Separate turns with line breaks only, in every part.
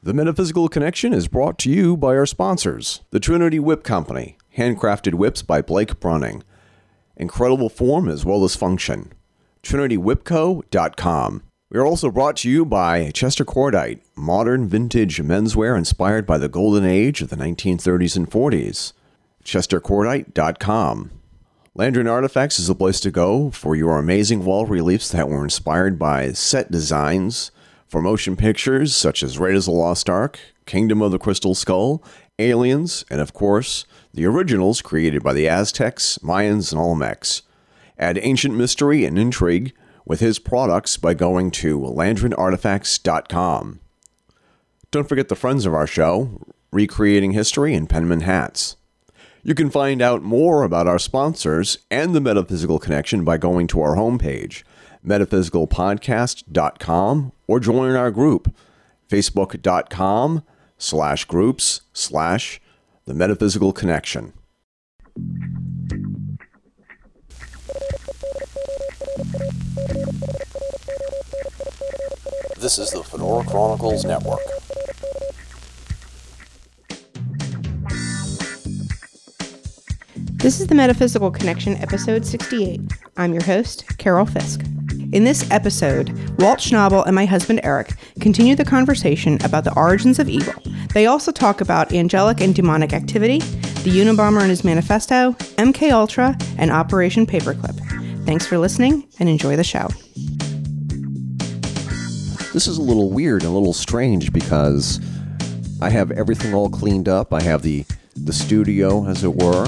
The Metaphysical Connection is brought to you by our sponsors the Trinity Whip Company, handcrafted whips by Blake Brunning. Incredible form as well as function. TrinityWhipCo.com. We are also brought to you by Chester Cordite, modern vintage menswear inspired by the golden age of the 1930s and 40s. ChesterCordite.com. Landrin Artifacts is the place to go for your amazing wall reliefs that were inspired by set designs for motion pictures such as Raiders of the Lost Ark, Kingdom of the Crystal Skull, Aliens, and of course, the originals created by the Aztecs, Mayans, and Olmecs. Add ancient mystery and intrigue with his products by going to LandrinArtifacts.com. Don't forget the friends of our show, Recreating History and Penman Hats. You can find out more about our sponsors and the Metaphysical Connection by going to our homepage, metaphysicalpodcast.com, or join our group, facebook.com slash groups slash the Metaphysical Connection. This is the Fedora Chronicles Network.
This is the Metaphysical Connection, episode 68. I'm your host, Carol Fisk. In this episode, Walt Schnabel and my husband Eric continue the conversation about the origins of evil. They also talk about angelic and demonic activity, the Unabomber and his manifesto, MK Ultra, and Operation Paperclip. Thanks for listening and enjoy the show.
This is a little weird, a little strange because I have everything all cleaned up. I have the the studio, as it were,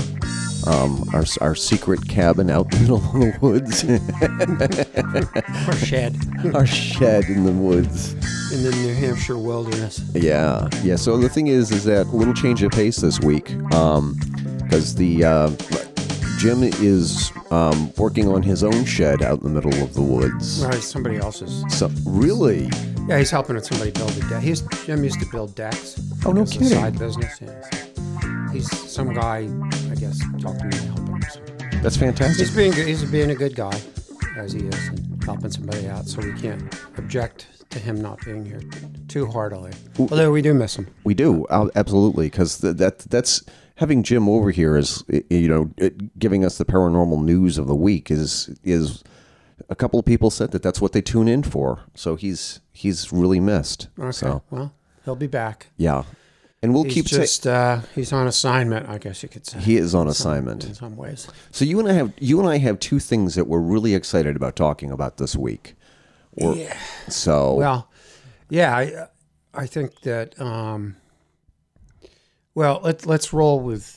um, our our secret cabin out in the middle of the woods,
Or shed
our shed in the woods.
in the New Hampshire wilderness.
Yeah, yeah. So the thing is, is that a little change of pace this week, because the uh, Jim is um, working on his own shed out in the middle of the woods.
No, it's somebody else's.
So really,
Yeah, he's helping with somebody build a deck. He's Jim used to build decks.
Oh, no
as
kidding.
A side business. Yeah. so He's some guy. I guess talked to me, helping him. So
that's fantastic.
he's being good. He's being a good guy, as he is, and helping somebody out. So we can't object to him not being here too heartily. Although we do miss him.
We do ab- absolutely because th- that that's having Jim over here is i- you know it, giving us the paranormal news of the week is is a couple of people said that that's what they tune in for. So he's he's really missed.
Okay.
So
Well, he'll be back.
yeah, and we'll
He's
keep saying
just uh, he's on assignment, I guess you could say.
he is on assignment.
in some ways.
So you and I have you and I have two things that we're really excited about talking about this week. Or, yeah. So
Well, yeah, I I think that um well, let let's roll with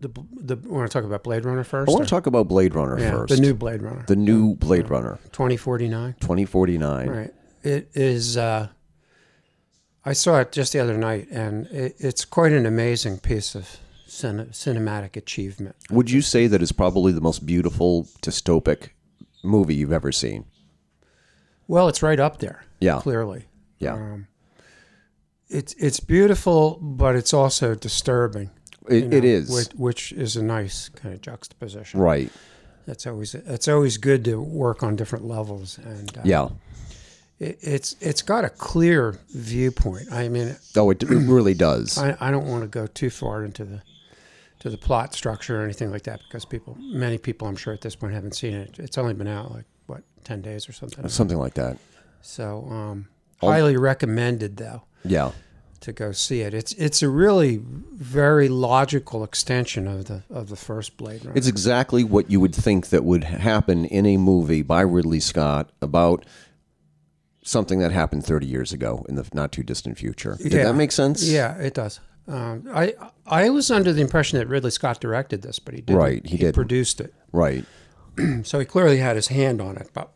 the the we want to talk about Blade Runner first.
I want
or-
to talk about Blade Runner
yeah,
first.
the new Blade Runner.
the new Blade Runner
2049.
2049.
Right. It is uh I saw it just the other night and it, it's quite an amazing piece of cine, cinematic achievement.
Would you say that it's probably the most beautiful dystopic movie you've ever seen?
Well, it's right up there.
Yeah.
Clearly.
Yeah.
It's it's beautiful, but it's also disturbing.
it,
you know,
it is.
which, which is a nice kind of juxtaposition.
right.
That's always it's always good to work on different levels, and uh,
Yeah.
it, it's it's got a clear viewpoint. I mean,
Oh, it, it really does.
I, I don't want to go too far into the to the plot structure or anything like that because people, many people, I'm sure at this point haven't seen it. It's only been out like what ten days or something.
Something like that.
So, um, highly recommended though
Yeah.
to go see it. It's it's a really very logical extension of the of the first Blade Runner.
It's exactly what you would think that would happen in a movie by Ridley Scott about something that happened 30 years ago in the not too distant future. Did
Yeah.
that make sense?
Yeah, it does. Um, I I was under the impression that Ridley Scott directed this, but he didn't.
Right, he didn't.
produced it,
Right.
so he clearly had his hand on it. But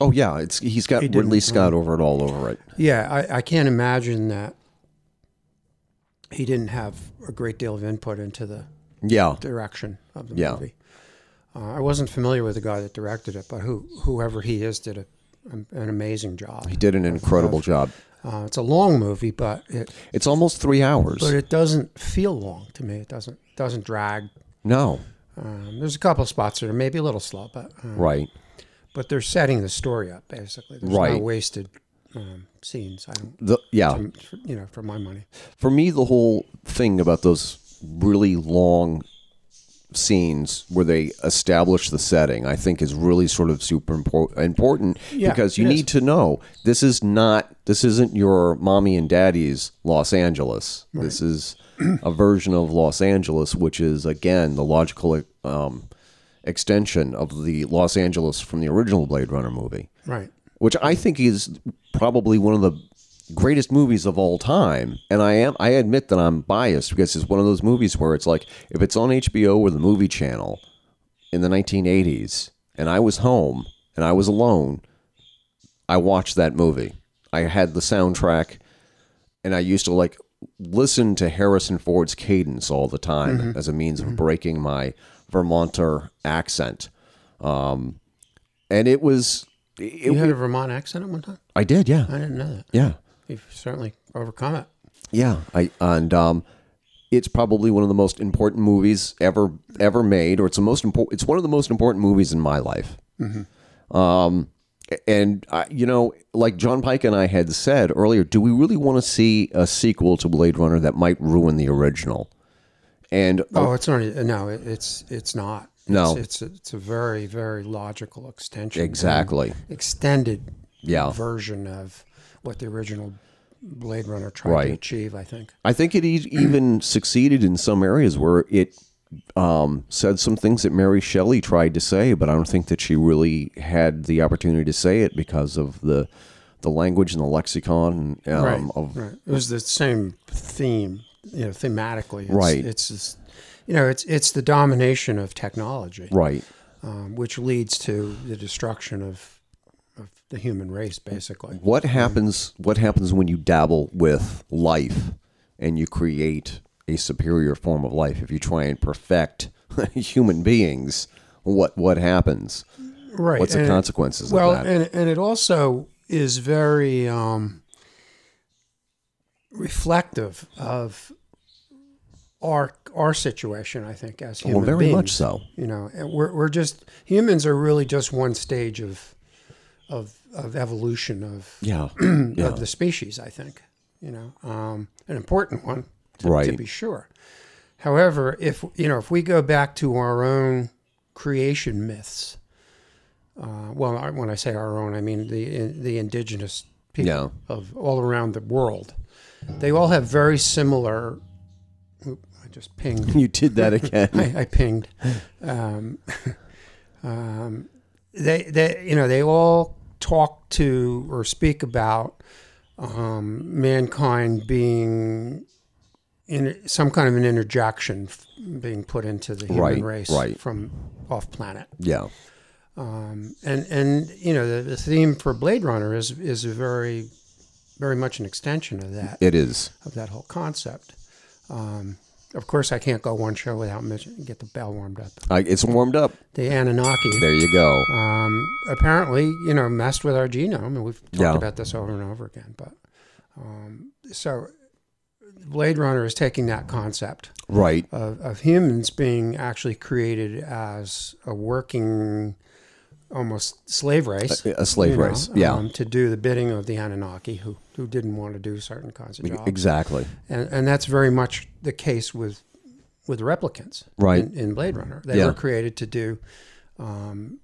Oh yeah, it's he's got Ridley Scott over it all over it.
yeah, I, I can't imagine that he didn't have a great deal of input into the
Yeah.
direction of the
Yeah.
movie. Uh, I wasn't familiar with the guy that directed it, but who whoever he is did a, an amazing job.
He did an incredible job.
Uh, it's a long movie, but it
It's almost 3 hours.
but it doesn't feel long to me. It doesn't doesn't drag.
no.
Um, there's a couple of spots that are maybe a little slow, but um,
Right.
But they're setting the story up basically. There's
Right.
no wasted um, scenes. I don't,
The, yeah,
um, for- you know, for my money.
for me, the whole thing about those really long scenes where they establish the setting, I think, is really sort of super impor- important
Yeah,
because you
it is.
need to know this is not this isn't your mommy and daddy's Los Angeles. This is a version of Los Angeles, which is again the logical um, extension of the Los Angeles from the original Blade Runner movie
Right.
which I think is probably one of the greatest movies of all time. And I am I admit that I'm biased because it's one of those movies where it's like if it's on HBO or the movie channel in the 1980s and I was home and I was alone, I watched that movie. I had the soundtrack and I used to like listen to Harrison Ford's cadence all the time as a means of breaking my Vermonter accent. Um, and it was
you had a Vermont accent at one time.
I did, yeah,
I didn't know that.
yeah,
You've certainly overcome it.
yeah. I and um, it's probably one of the most important movies ever ever made, or it's the most important. It's one of the most important movies in my life. Um, and I, you know, like John Pike and I had said earlier, do we really want to see a sequel to Blade Runner that might ruin the original? And
Oh, it's not. No, it, it's it's not.
No.
it's it's a, it's a very very logical extension.
exactly,
extended
Yeah.
version of what the original Blade Runner tried
Right.
to achieve. I think.
I think it e- even succeeded in some areas where it um, said some things that Mary Shelley tried to say, but I don't think that she really had the opportunity to say it because of the the language and the lexicon um,
right.
of
right. It was the same theme, you know, thematically. It's,
Right.
It's just, you know, it's it's the domination of technology,
right.
um, which leads to the destruction of of the human race, basically.
What happens? What happens when you dabble with life and you create a superior form of life? If you try and perfect human beings, what what happens?
Right.
What's the
and-
consequences
Well,
of that?
and and it also is very um, reflective of our our situation. I think as human
well, very
beings.
much so.
you know and we're, we're just humans are really just one stage of of of evolution of
Yeah.
of the species i think you know um an important one to, to
Right.
be sure however if you know if we go back to our own creation myths uh, well I, when i say our own i mean the in, the indigenous people
Yeah.
of all around the world they all have very similar oop, i just pinged
You did that again.
I, I pinged. Um, um, they, they, you know, they all talk to or speak about um, mankind being in some kind of an interjection f- being put into the human
Right,
race
right.
from off planet.
Yeah.
And and you know, the, the theme for Blade Runner is is a very very much an extension of that
It is.
of that whole concept. Um, of course, I can't go one show without mentioning get the bell warmed up.
I, it's warmed up.
the Anunnaki
There you go.
um, apparently, you know, messed with our genome, and we've talked
Yeah.
about this over and over again. But um, so, Blade Runner is taking that concept
Right.
of, of humans being actually created as a working, almost slave race,
A slave
you know,
race. Yeah.
um, to do the bidding of the Anunnaki, who who didn't want to do certain kinds of jobs,
exactly.
and and that's very much the case with with replicants
Right.
in, in Blade Runner. They
Yeah.
were created to do um,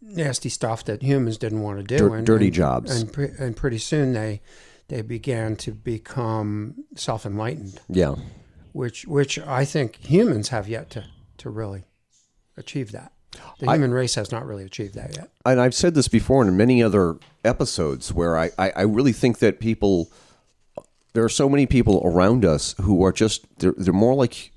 nasty stuff that humans didn't want to do.
Dir- dirty jobs.
And, pre- and pretty soon they they began to become self enlightened,
Yeah.
which which I think humans have yet to to really achieve that. The human race has not really achieved that yet.
And I've said this before in many other episodes where I, I, I really think that people, there are so many people around us who are just, they're, they're more like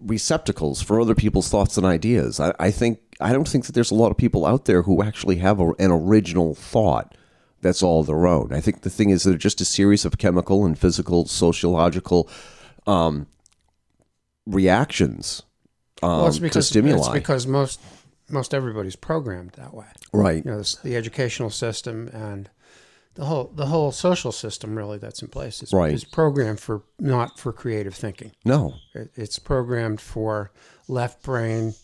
receptacles for other people's thoughts and ideas. I, I think, I don't think that there's a lot of people out there who actually have a, an original thought that's all their own. I think the thing is they're just a series of chemical and physical, sociological um, reactions. Um,
well, it's
to
because it's
stimuli,
because most most everybody's programmed that way.
right?
You know, this, the educational system and the whole the whole social system really that's in place is,
Right.
is programmed for not for creative thinking.
No,
It, it's programmed for left brain,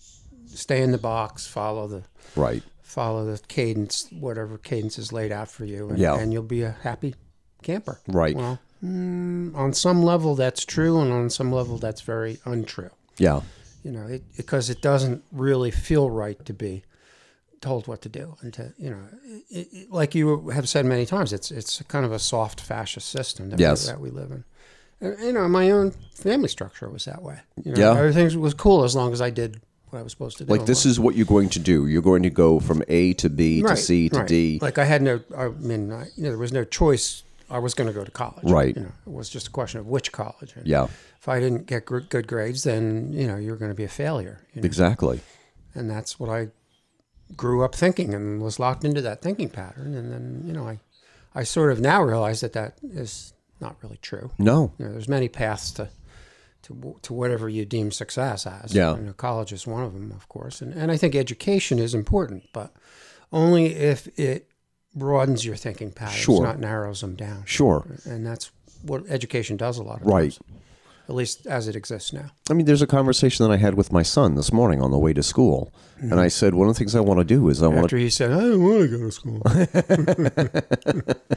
stay in the box, follow the
right?
follow the cadence, whatever cadence is laid out for you, and,
Yeah.
and you'll be a happy camper.
Right.
Well, mm, on some level that's true, and on some level that's very untrue.
Yeah.
You know, it, because it doesn't really feel right to be told what to do, and to you know, it, it, like you have said many times, it's it's kind of a soft fascist system that,
Yes.
we, that we live in. And, you know, my own family structure was that way. You know,
Yeah.
everything was cool as long as I did what I was supposed to do.
Like this is what you're going to do. You're going to go from A to B to C to
right.
D.
Like I had no, I mean, I, you know, there was no choice. I was going to go to college.
Right.
You know, it was just a question of which college. And
Yeah.
If I didn't get gr- good grades, then you know you're going to be a failure. you know.
Exactly.
And that's what I grew up thinking and was locked into that thinking pattern. And then you know I, I sort of now realize that that is not really true.
No.
You know, there's many paths to. To, w- to whatever you deem success as.
Yeah.
You know, college is one of them, of course. And, and I think education is important, but only if it broadens your thinking patterns,
Sure.
not narrows them down.
Sure.
And that's what education does a lot of
Right.
times, at least as it exists now.
I mean, there's a conversation that I had with my son this morning on the way to school,
Mm-hmm.
and I said one of the things I want to do is I want
After he said, I don't want to go to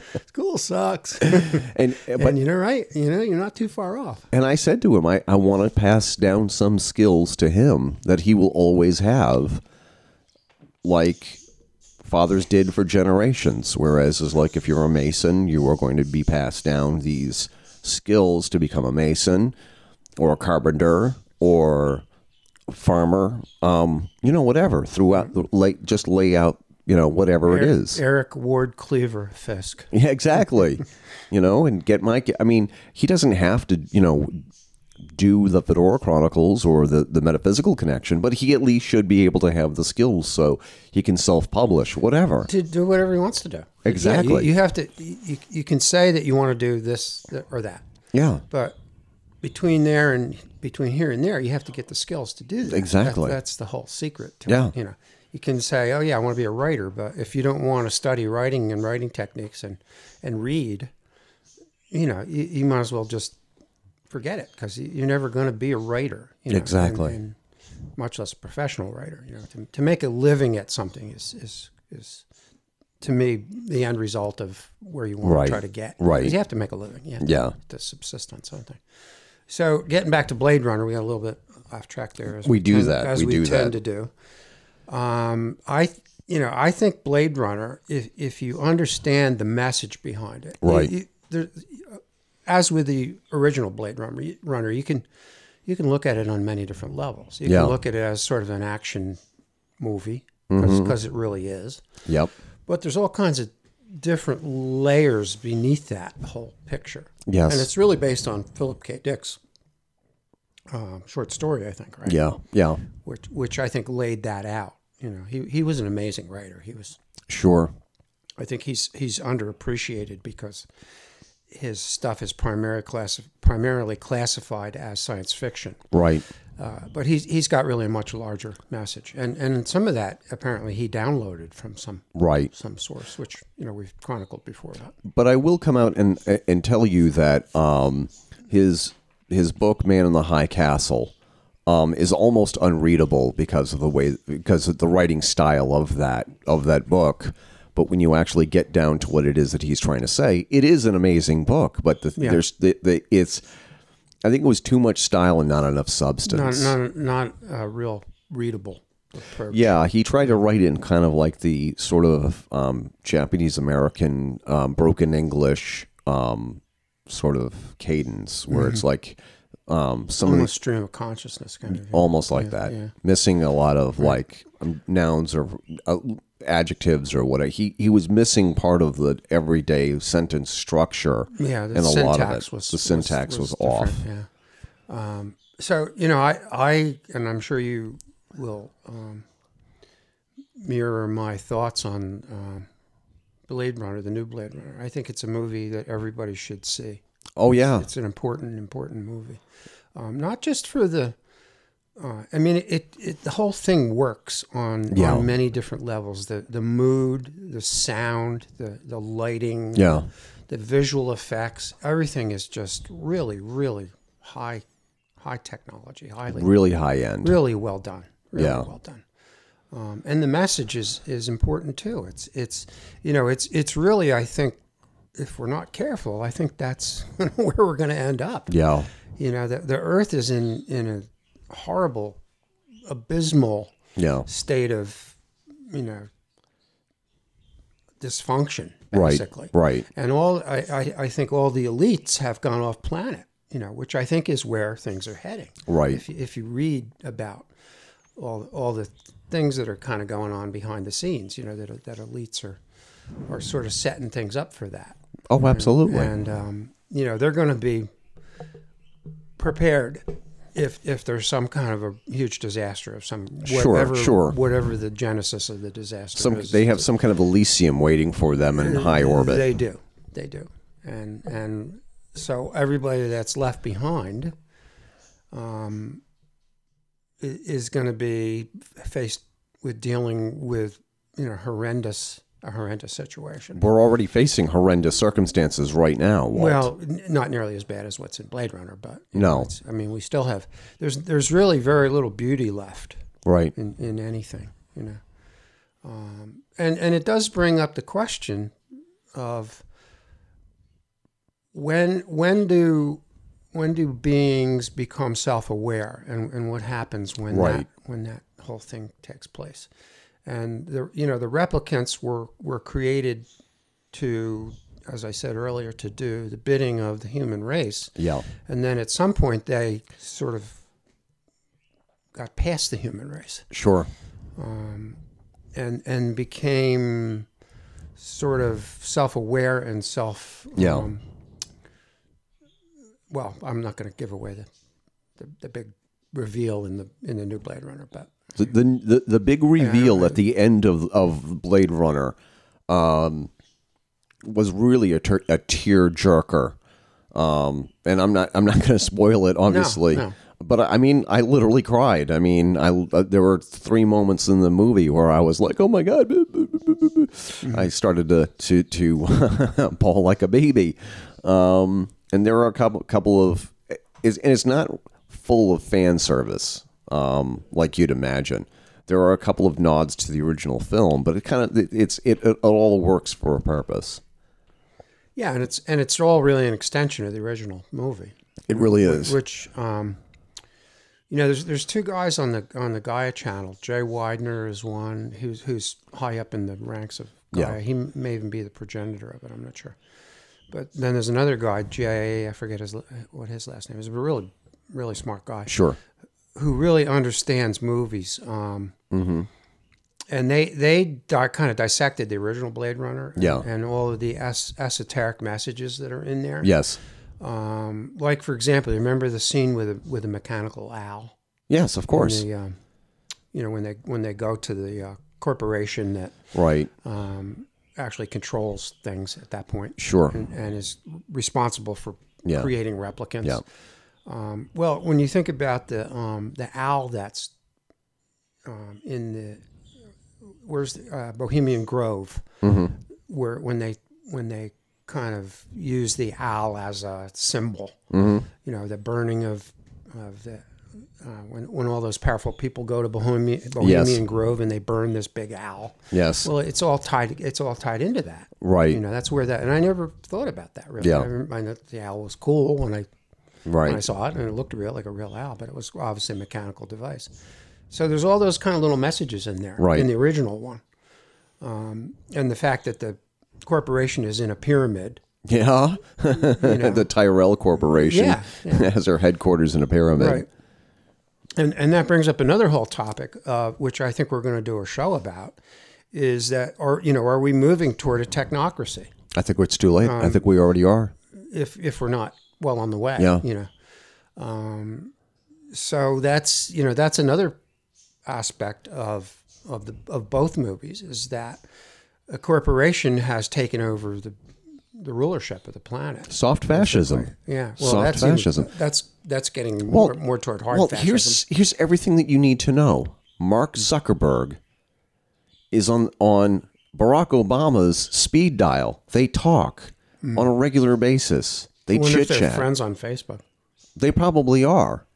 school. school sucks.
to, and but
but you know, right? You know, you're not too far off.
and I said to him, I I want to pass down some skills to him that he will always have, like fathers did for generations. Whereas, is like if you're a mason, you are going to be passed down these skills to become a mason, or a carpenter, or farmer, um, you know, whatever. Throughout, the- like just lay out, you know, whatever it is.
Eric Ward Cleaver Fisk.
Yeah, exactly. you know, and get Mike. I mean, he doesn't have to, you know, do the Fedora Chronicles or the, the metaphysical connection, but he at least should be able to have the skills so he can self publish, whatever.
to do whatever he wants to do. Yeah, you-
Exactly.
you, have to. You, you can say that you want to do this or that,
Yeah.
but between there and between here and there, you have to get the skills to do that.
Exactly.
That's, that's the whole secret. To
Yeah.
It, you know, you can say, "Oh yeah, I want to be a writer," but if you don't want to study writing and writing techniques and and read, you know, you, you might as well just forget it because you're never going to be a writer. You know, and-
Exactly.
and much less a professional writer. You know, to, to make a living at something is is is to me the end result of where you want
Right.
to try to get.
Right.
'Cause You have to make a living. You have to,
Yeah.
to subsist on something. So getting back to Blade Runner, we got a little bit off track there. As
We do
tend-
that.
As
We
we,
do
tend
that.
to do. Um, I th- you know I think Blade Runner, if if you understand the message behind it, you-
Right.
you- there, as with the original Blade Runner, you- Runner, you can you can look at it on many different levels. You
Yeah.
can look at it as sort of an action movie
Mm-hmm.
because it really is.
Yep.
But there's all kinds of different layers beneath that whole picture.
Yes.
and it's really based on Philip K. Dick's uh, short story, I think, right?
Yeah. Yeah.
which which I think laid that out. You know, he he was an amazing writer. He was
Sure.
I think he's he's underappreciated because his stuff is primarily class, primarily classified as science fiction.
Right.
Uh, but he's he's got really a much larger message, and and some of that apparently he downloaded from some
Right.
some source, which you know we've chronicled before. But
but I will come out and and tell you that um, his his book Man in the High Castle um, is almost unreadable because of the way because of the writing style of that of that book. But when you actually get down to what it is that he's trying to say, it is an amazing book. But the, there's the, the it's I think it was too much style and not enough
not
substance.
not not a real readable. approach.
Yeah, he tried to write it in kind of like the sort of um, Japanese American um, broken English um, sort of cadence, where it's like um, some of the,
Mm-hmm. Almost stream of consciousness kind of.
almost like that,
yeah.
missing a lot of like um, nouns or uh, adjectives or whatever. He he was missing part of the everyday sentence structure.
Yeah, the
and a lot
syntax
of it.
was
the syntax was, off.
different, Yeah. Um, so you know, I, I, and I'm sure you will um, mirror my thoughts on um, Blade Runner, the new Blade Runner. I think it's a movie that everybody should see.
Oh yeah,
It's an important, important movie, um, not just for the. Uh, I mean, it, it the whole thing works on,
Yeah.
on many different levels. The the mood, the sound, the the lighting,
yeah,
the visual effects, everything is just really, really high, high technology, highly,
really high end.
really well done, really
Yeah.
well done. um, and the message is is important too. It's it's you know it's it's really I think if we're not careful, I think that's where we're going to end up.
Yeah.
You know the the Earth is in in a horrible, abysmal
Yeah.
state of you know dysfunction
Right.
basically
Right.
and all I, I, I think all the elites have gone off planet you know which i think is where things are heading
Right.
if you, if you read about all, all the things that are kind of going on behind the scenes you know that, that elites are are sort of setting things up for that
Oh, absolutely.
and um, you know they're going to be prepared if if there's some kind of a huge disaster of some
Sure,
whatever
sure.
whatever the genesis of the disaster
Some
is.
they have some kind of Elysium waiting for them in high orbit.
They do. They do. And and so everybody that's left behind um, i- is going to be faced with dealing with you know horrendous a horrendous situation.
We're already facing horrendous circumstances right now. Walt.
Well, n- not nearly as bad as what's in Blade Runner, but you
No.
know, it's- I mean we still have there's there's really very little beauty left
right.
in, in anything, you know. Um, and and it does bring up the question of when when do when do beings become self aware and, and what happens when
Right.
that when that whole thing takes place. And the you know, the replicants were, were created to as I said earlier, to do the bidding of the human race.
Yeah.
And then at some point they sort of got past the human race
Sure.
and and became sort of self-aware and self um,
Yeah.
well i'm not going to give away the, the the big reveal in the in the new blade runner but
The, the the the big reveal at the end of of Blade Runner, um, was really a ter- a tear jerker, um, and I'm not I'm not going to spoil it obviously,
no.
but I I mean I literally cried. I mean I uh, there were three moments in the movie where I was like, oh my god,
Mm-hmm.
I started to to to bawl like a baby, um, and there are a couple couple of is and it's not full of fan service um, like you'd imagine. There are a couple of nods to the original film, but it kind of it, it's it, it all works for a purpose.
yeah and it's and it's all really an extension of the original movie
It really is.
which um you know there's there's two guys on the on the Gaia channel jay widener is one who's who's high up in the ranks of Gaia.
Yeah.
he may even be the progenitor of it i'm not sure but then there's another guy jay i forget his la- what his last name is but a really really smart guy
Sure.
who really understands movies um
Mm-hmm.
And they they di- kind of dissected the original Blade Runner, and,
Yeah.
and all of the es- esoteric messages that are in there.
Yes.
Um, like for example, remember the scene with a, with a mechanical owl?
Yes. Of course.
The, um, you know when they when they go to the uh, corporation that
right.
um, actually controls things at that point
Sure.
and, and is responsible for
Yeah.
creating replicants.
Yeah.
Um, well, when you think about the um, the owl that's um, in the where's the, uh, Bohemian Grove,
Mm-hmm.
where when they when they kind of use the owl as a symbol,
Mm-hmm.
you know, the burning of of the. Uh, when, when all those powerful people go to Bohemian, Bohemian Grove and they burn this big owl,
Yes.
well, it's all tied. It's all tied into that,
Right.
You know, that's where that. And I never thought about that really.
Yeah.
I, remember, I know the owl was cool when I when I
right.
saw it, and it looked real like a real owl, but it was obviously a mechanical device. So there's all those kind of little messages in there
Right.
in the original one, um, and the fact that the corporation is in a pyramid.
Yeah. the Tyrell Corporation
Yeah,
has their headquarters in a pyramid.
Right. And and that brings up another whole topic, uh, which I think we're going to do a show about, is that are you know are we moving toward a technocracy?
I think it's too late.
Um,
I think we already are.
if if we're not well on the way.
Yeah.
You know. Um, so that's you know that's another aspect of of the of both movies is that a corporation has taken over the the rulership of the planet.
Soft fascism.
Yeah.
Soft
that's even-
fascism.
that's that's getting more,
Well-
more toward hard
well,
fascism. Mm.
here's here's everything that you need to know. Mark Zuckerberg is on on Barack Obama's speed dial. They talk on a regular basis. They
I wonder
chit
Mm. if they're
chat.
friends on Facebook.
they probably are.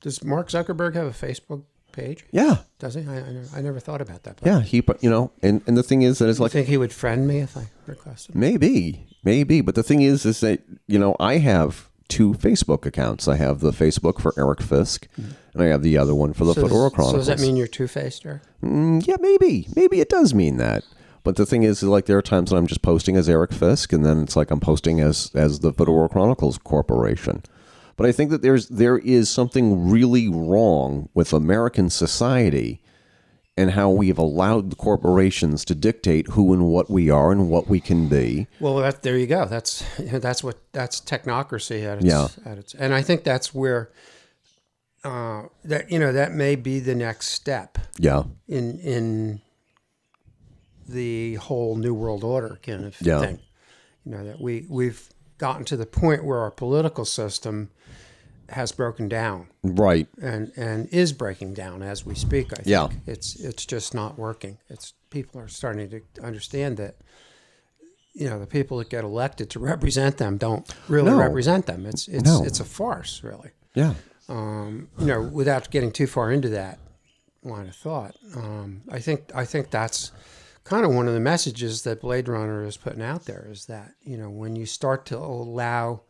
Does Mark Zuckerberg have a Facebook page?
Yeah,
Does he? I, I, never, I never thought about that. But
yeah. He, put- you know, and and the thing is that it's
I
like
think he would friend me if I requested.
Maybe, maybe. But the thing is, is that you know I have two Facebook accounts. I have the Facebook for Eric Fisk, and I have the other one for the
does-
Fedora
Mm-hmm. so
Chronicles.
does that mean you're two faced, Eric?
Mm, yeah, maybe, maybe it does mean that. But the thing is, is like there are times when I'm just posting as Eric Fisk, and then it's like I'm posting as as the Fedora Chronicles Corporation. But I think that there's there is something really wrong with American society and how we have allowed the corporations to dictate who and what we are and what we can be.
Well, that, there you go. That's that's what that's technocracy at its,
Yeah.
at its and I think that's where uh, that you know that may be the next step
Yeah.
in in the whole new world order kind of
Yeah.
thing. You know that we we've gotten to the point where our political system has broken down
Right.
and and is breaking down as we speak. I think
Yeah.
it's it's just not working. It's people are starting to understand that you know the people that get elected to represent them don't really
No.
represent them. It's it's
No.
it's a farce, really.
Yeah.
Um, you know, without getting too far into that line of thought, um, I think I think that's kind of one of the messages that Blade Runner is putting out there is that you know when you start to allow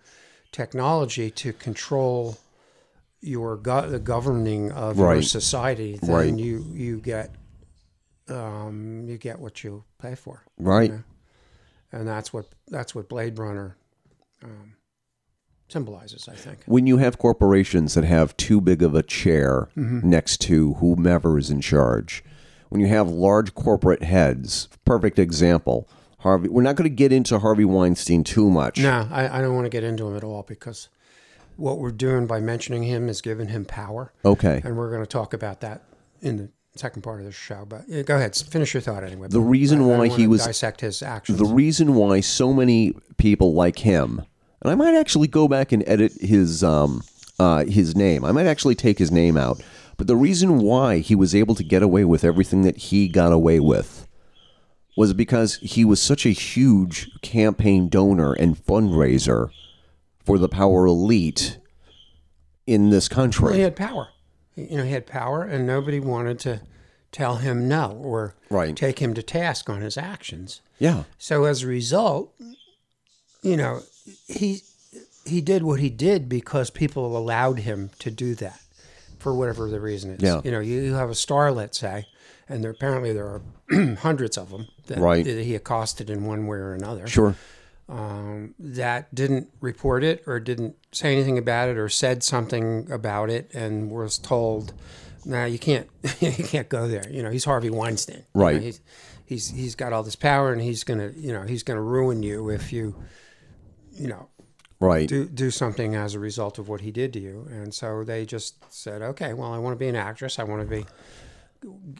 technology to control your go- the governing of your
Right.
society, then
Right.
you you get um, you get what you pay for,
Right.
and that's what that's what Blade Runner um, symbolizes. I think.
When you have corporations that have too big of a chair next to whomever is in charge, when you have large corporate heads, perfect example. Harvey, we're not going to get into Harvey Weinstein too much.
No, I, I don't want to get into him at all because what we're doing by mentioning him is giving him power.
Okay.
And we're going to talk about that in the second part of the show. But yeah, go ahead, s- finish your thought anyway.
The reason why he was
dissect his actions.
the reason why so many people like him, and I might actually go back and edit his um, uh, his name. I might actually take his name out. But the reason why he was able to get away with everything that he got away with was because he was such a huge campaign donor and fundraiser for the power elite in this
Well, he
country.
had power. He- You know, he had power, and nobody wanted to tell him no or
Right.
take him to task on his actions.
Yeah.
So as a result, you know, he he did what he did because people allowed him to do that for whatever the reason is.
Yeah.
You know, you, you have a star, let's say, and there apparently there are hundreds of them that,
Right.
that he accosted in one way or another
Sure.
um, that didn't report it or didn't say anything about it or said something about it and was told, "Nah, you can't, you can't go there." You know, he's Harvey Weinstein. You know,
Right.
he's, he's he's got all this power and he's gonna, you know, he's gonna ruin you if you, you know,
Right.
do do something as a result of what he did to you. And so they just said, "Okay, well, I want to be an actress. I want to be,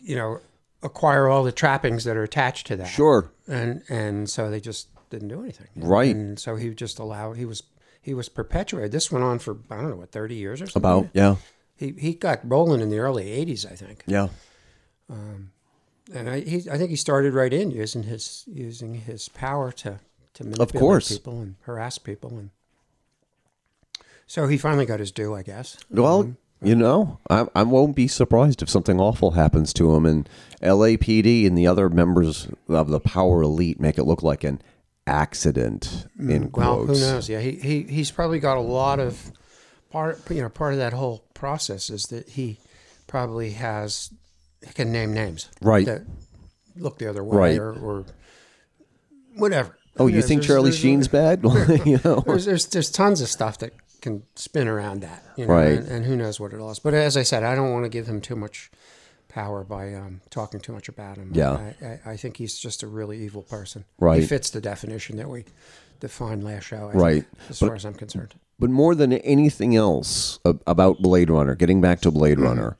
you know." Acquire all the trappings that are attached to that
Sure.
and and so they just didn't do anything.
Right.
And so he just allowed he was he was perpetuated. This went on for I don't know what thirty years or something.
About yeah.
he he got rolling in the early eighties, I think.
Yeah.
And I he, I think he started right in using his using his power to to manipulate
course.
people and harass people and. So he finally got his due, I guess.
Well,
Mm-hmm.
you know, I, I won't be surprised if something awful happens to him and LAPD and the other members of the power elite make it look like an accident in
Mm, Well,
quotes.
who knows? Yeah, he, he he's probably got a lot of part. You know, part of that whole process is that he probably has he can name names,
Right.
That look the other way,
Right.
or, or whatever.
Oh, you
Who knows?
think
There's-
Charlie
there's-
Sheen's bad? you know.
There's, there's there's tons of stuff that can spin around that, you know,
Right.
And, and who knows what it all is. But as I said, I don't want to give him too much power by um, talking too much about him.
Yeah.
I, I, I think he's just a really evil person.
Right.
he fits the definition that we defined last show. I think,
Right.
as
But-
far as I'm concerned.
But more than anything else ab- about Blade Runner, getting back to Blade
Mm-hmm.
Runner,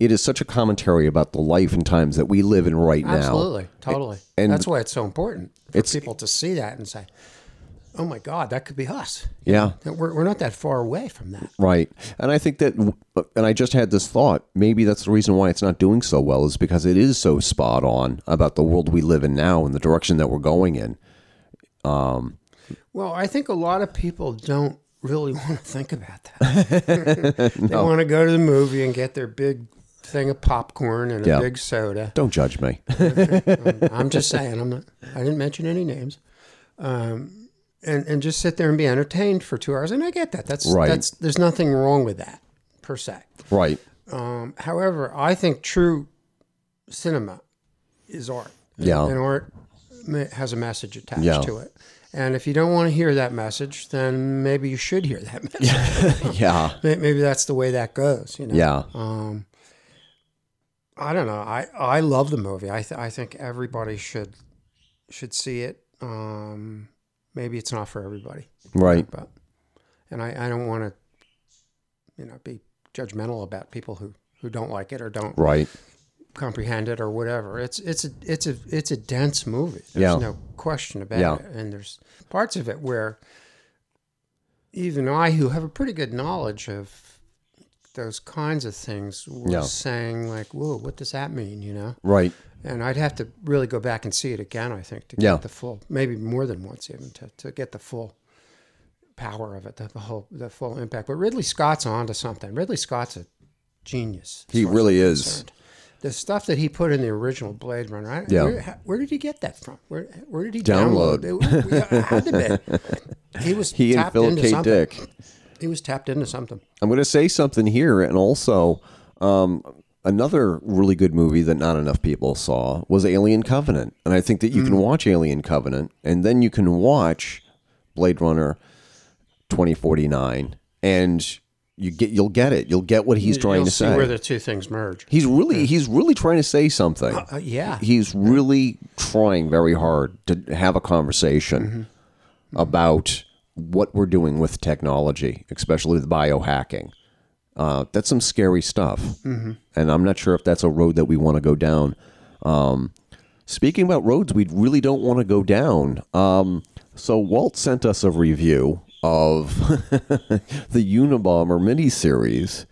it is such a commentary about the life and times that we live in right now.
Absolutely, totally.
and-
that's why it's so important for
It's-
people to see that and say, "Oh my God, that could be us."
Yeah.
That We're, we're not that far away from that.
Right. And I think that, and I just had this thought, maybe that's the reason why it's not doing so well is because it is so spot on about the world we live in now and the direction that we're going in.
Well, I think a lot of people don't really want to think about that. they want to go to the movie and get their big thing of popcorn and
Yeah.
a big soda.
Don't judge me.
I'm just saying. I'm not. I didn't mention any names. Um, and and just sit there and be entertained for two hours. And I get that. That's
Right.
That's there's nothing wrong with that per se.
right.
Um, however, I think true cinema is art. And-
Yeah.
And art ma- has a message attached
Yeah.
to it. And if you don't want to hear that message, then maybe you should hear that message.
Yeah.
May- Maybe that's the way that goes. You know.
Yeah.
Um, I don't know. I, I love the movie. I th- I think everybody should should see it. Um, maybe it's not for everybody,
Right.
but and I, I don't want to, you know, be judgmental about people who, who don't like it or don't
Right.
comprehend it or whatever. It's it's a it's a it's a dense movie. There's
Yeah.
no question about
Yeah.
it. And there's parts of it where even I, who have a pretty good knowledge of those kinds of things, was
Yeah.
saying like, "Whoa, what does that mean?" You know.
Right.
And I'd have to really go back and see it again. I think to get
Yeah.
the full, maybe more than once even to, to get the full power of it, the, the whole the full impact. But Ridley Scott's onto something. Ridley Scott's a genius. as
He
far as
really
I'm
is.
concerned. The stuff that he put in the original Blade Runner. I,
Yeah.
Where, how- where did he get that from? Where where did he
Download.
download? it? It had to be. He was
He and
tapped
Philip
into
K.
something.
Dick.
He was tapped into something.
I'm going to say something here, and also um, another really good movie that not enough people saw was Alien Covenant, and I think that you can
Mm.
watch Alien Covenant, and then you can watch Blade Runner 2049, and you get you'll get it, you'll get what he's trying
You'll
to
see
say.
where the two things merge.
he's really he's really trying to say something.
Uh, yeah.
he's really trying very hard to have a conversation
Mm-hmm.
about what we're doing with technology, especially with biohacking. Uh, that's some scary stuff,
Mm-hmm.
and I'm not sure if that's a road that we want to go down. Um, speaking about roads, we really don't want to go down. Um, so Walt sent us a review of the Unabomber miniseries,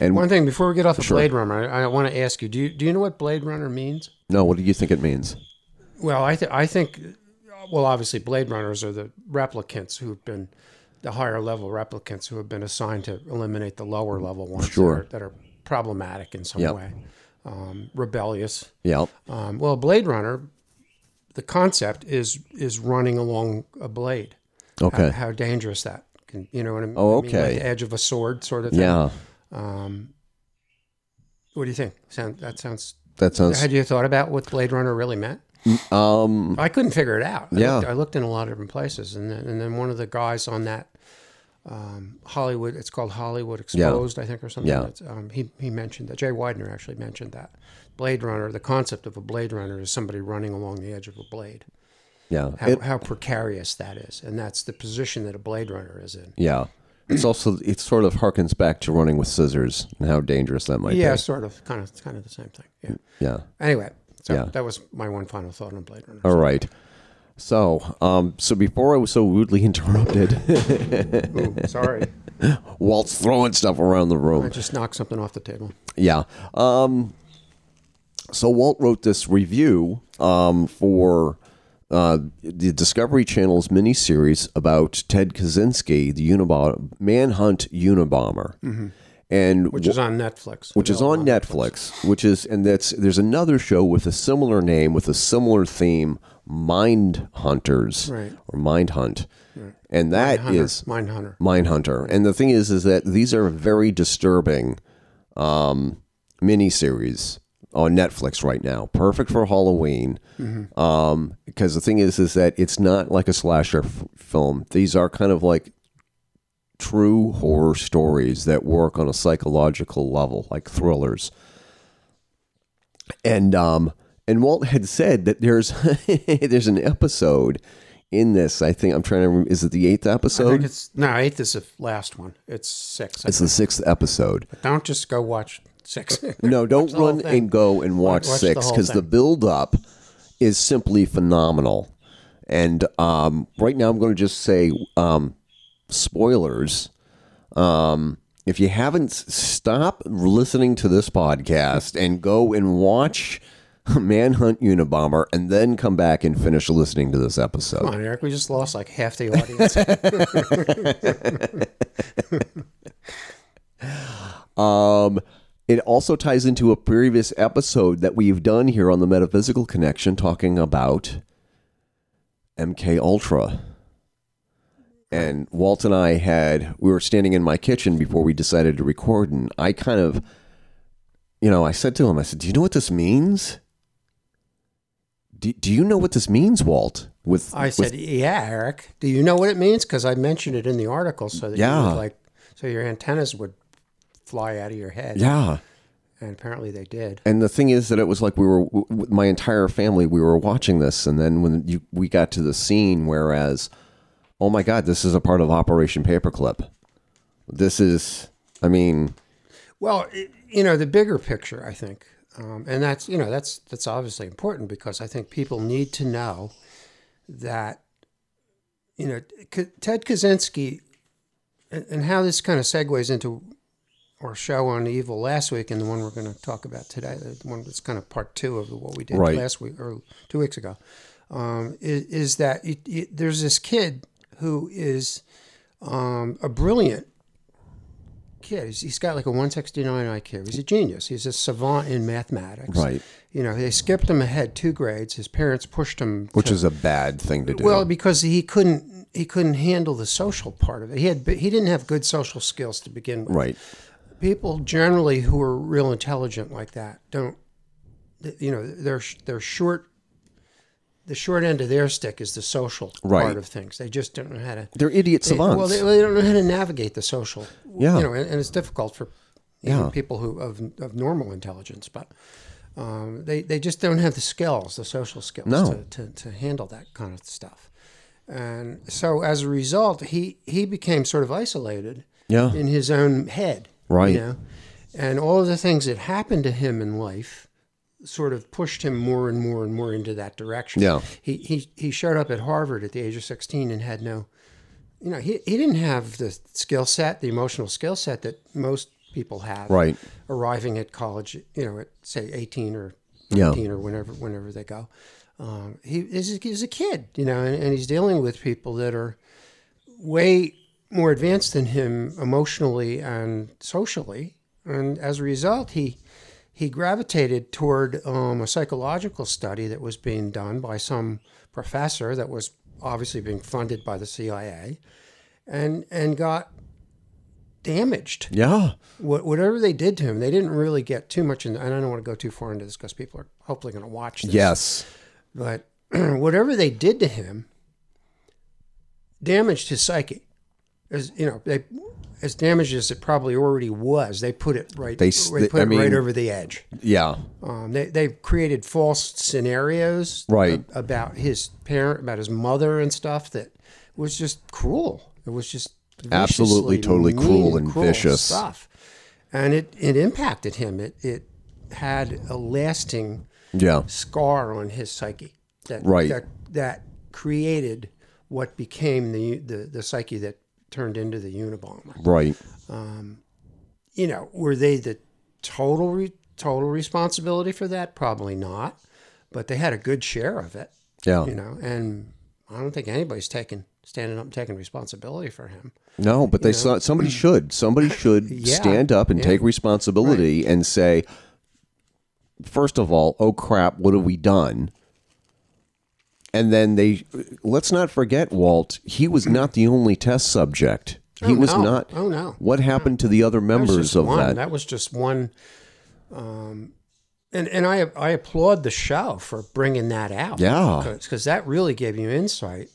and
One thing before we get off of Blade Runner, I, I want to ask you: Do you do you know what Blade Runner means?
no, what do you think it means?
Well, I th- I think, well, obviously, Blade Runners are the replicants who've been the higher level replicants who have been assigned to eliminate the lower level ones
Sure.
that, are, that are problematic in some
Yep.
way, um, rebellious.
Yeah,
Um, well, Blade Runner, the concept is is running along a blade.
okay,
How, how dangerous that can, you know what I mean?
Oh,
I mean, like
okay.
the edge of a sword, sort of thing.
yeah,
Um, what do you think? Sound that sounds.
that sounds
Had you thought about what Blade Runner really meant?
Um,
I couldn't figure it out. I
Yeah.
looked, I looked in a lot of different places, and then, and then one of the guys on that um, Hollywood, it's called Hollywood Exposed, I think, or something.
Yeah.
It's, Um, he he mentioned that. Jay Widener actually mentioned that Blade Runner. The concept of a Blade Runner is somebody running along the edge of a blade.
yeah,
How,
it,
how precarious that is, and that's the position that a Blade Runner is in.
yeah. It's also it sort of harkens back to running with scissors and how dangerous that might
Yeah, sort of, kind of, it's kind of the same thing. Yeah.
be. Yeah.
Anyway, so
Yeah. Oh,
that was my one final thought on Blade Runner.
All right. So, um, so before I was so rudely interrupted,
Ooh, sorry,
Walt's throwing stuff around the room.
I just knocked something off the table.
Yeah. Um, so Walt wrote this review um, for uh, the Discovery Channel's miniseries about Ted Kaczynski, the Unabom- Manhunt Unabomber, and
Mm-hmm. Which is on Netflix.
which is on Netflix, which is and that's there's another show with a similar name with a similar theme, Mind Hunters
Right.
or Mind Hunt, and that
Hunter,
is
Mindhunter.
Mind Hunter. And the thing is, is that these are very disturbing um, miniseries on Netflix right now. Perfect for Halloween.
Mm-hmm.
Um, because the thing is, is that it's not like a slasher f- film. These are kind of like true horror stories that work on a psychological level, like thrillers. And um, and Walt had said that there's there's an episode in this. I think I'm trying to. rem- Is it the eighth episode?
I think it's no. I ate this if- last one. It's six.
It's the sixth episode.
Don't just go watch six.
No, don't
the whole
run
thing.
and go and watch,
watch the
six
whole
because the,
thing.
build up is simply phenomenal. And um, right now, I'm going to just say um, spoilers. Um, if you haven't, s- stop listening to this podcast and go and watch Manhunt Unabomber and then come back and finish listening to this episode.
Come on, Eric. We just lost like half the audience.
Um, It also ties into a previous episode that we've done here on the Metaphysical Connection talking about MK Ultra. And Walt and I had we were standing in my kitchen before we decided to record and I kind of you know, I said to him, I said, "Do you know what this means?" Do, do you know what this means, Walt? With
I
with-
said, "Yeah, Eric. Do you know what it means?" Because I mentioned it in the article, so that you
Yeah.
would, like, so your antennas would fly out of your head.
"Yeah."
and apparently they did.
And the thing is that it was like we were w- w- my entire family we were watching this and then when you, we got to the scene whereas oh my god this is a part of Operation Paperclip. This is I mean
Well, it, you know, the bigger picture, I think, um, and that's you know that's that's obviously important because I think people need to know that you know K- Ted Kaczynski and, and how this kind of segues into our show on evil last week and the one we're going to talk about today, the one that's kind of part two of what we did
Right.
last week or two weeks ago, um, is, is that it, it, there's this kid who is um, a brilliant kid. He's, he's got like a 169 IQ. He's a genius. He's a savant in mathematics.
Right.
You know, they skipped him ahead two grades. His parents pushed him.
which
to-
is a bad thing to do.
well because he couldn't he couldn't handle the social part of it. He had he didn't have good social skills to begin with.
right.
People generally who are real intelligent like that don't th- you know they're they're short. The short end of their stick is the social
Right.
part of things. They just don't know how to
They're idiot
they-
savants.
Well, they, they don't know how to navigate the social.
Yeah.
you know, and, and it's difficult for you know,
Yeah.
people who of, of normal intelligence, but um, they they just don't have the skills, the social skills,
No.
to, to to handle that kind of stuff. And so as a result, he he became sort of isolated
yeah.
in his own head.
Right.
You know? And all of the things that happened to him in life sort of pushed him more and more and more into that direction.
Yeah.
He he he showed up at Harvard at the age of sixteen and had no you know, he, he didn't have the skill set, the emotional skill set that most people have.
Right.
Arriving at college, you know, at say eighteen or
Yeah.
nineteen or whenever whenever they go. Um, he is he's a kid, you know, and, and he's dealing with people that are way more advanced than him emotionally and socially, and as a result, he he gravitated toward um, a psychological study that was being done by some professor that was obviously being funded by the CIA, and and got damaged
yeah.
what, whatever they did to him, they didn't really get too much in. And I don't want to go too far into this because people are hopefully going to watch this.
Yes.
But whatever they did to him damaged his psyche. As you know, they as damaged as it probably already was, they put it right.
They
They,
s-
put
I
it right
mean-
over the edge.
Yeah.
Um, they they created false scenarios
Right.
a- about his parent, about his mother, and stuff that was just cruel. It was just
Absolutely,
viciously
totally
mean
cruel and vicious.
stuff, and it it impacted him. It it had a lasting
Yeah.
scar on his psyche that
Right.
that, that created what became the, the the psyche that turned into the Unabomber
Right.
you know, were they the total re- total responsibility for that? Probably not, but they had a good share of it,
Yeah.
you know. And I don't think anybody's taking standing up and taking responsibility for him.
No, but they saw somebody should. Somebody should
Yeah,
stand up and take responsibility and say, first of all, oh crap, what have we done? And then they let's not forget, Walt, he was not the only test subject. He
Oh,
was
no.
not
Oh, no.
What happened to the other
That was
members
just
of
one.
that?
was just one. Um, and and I I applaud the show for bringing that out.
Yeah.
because that really gave you insight.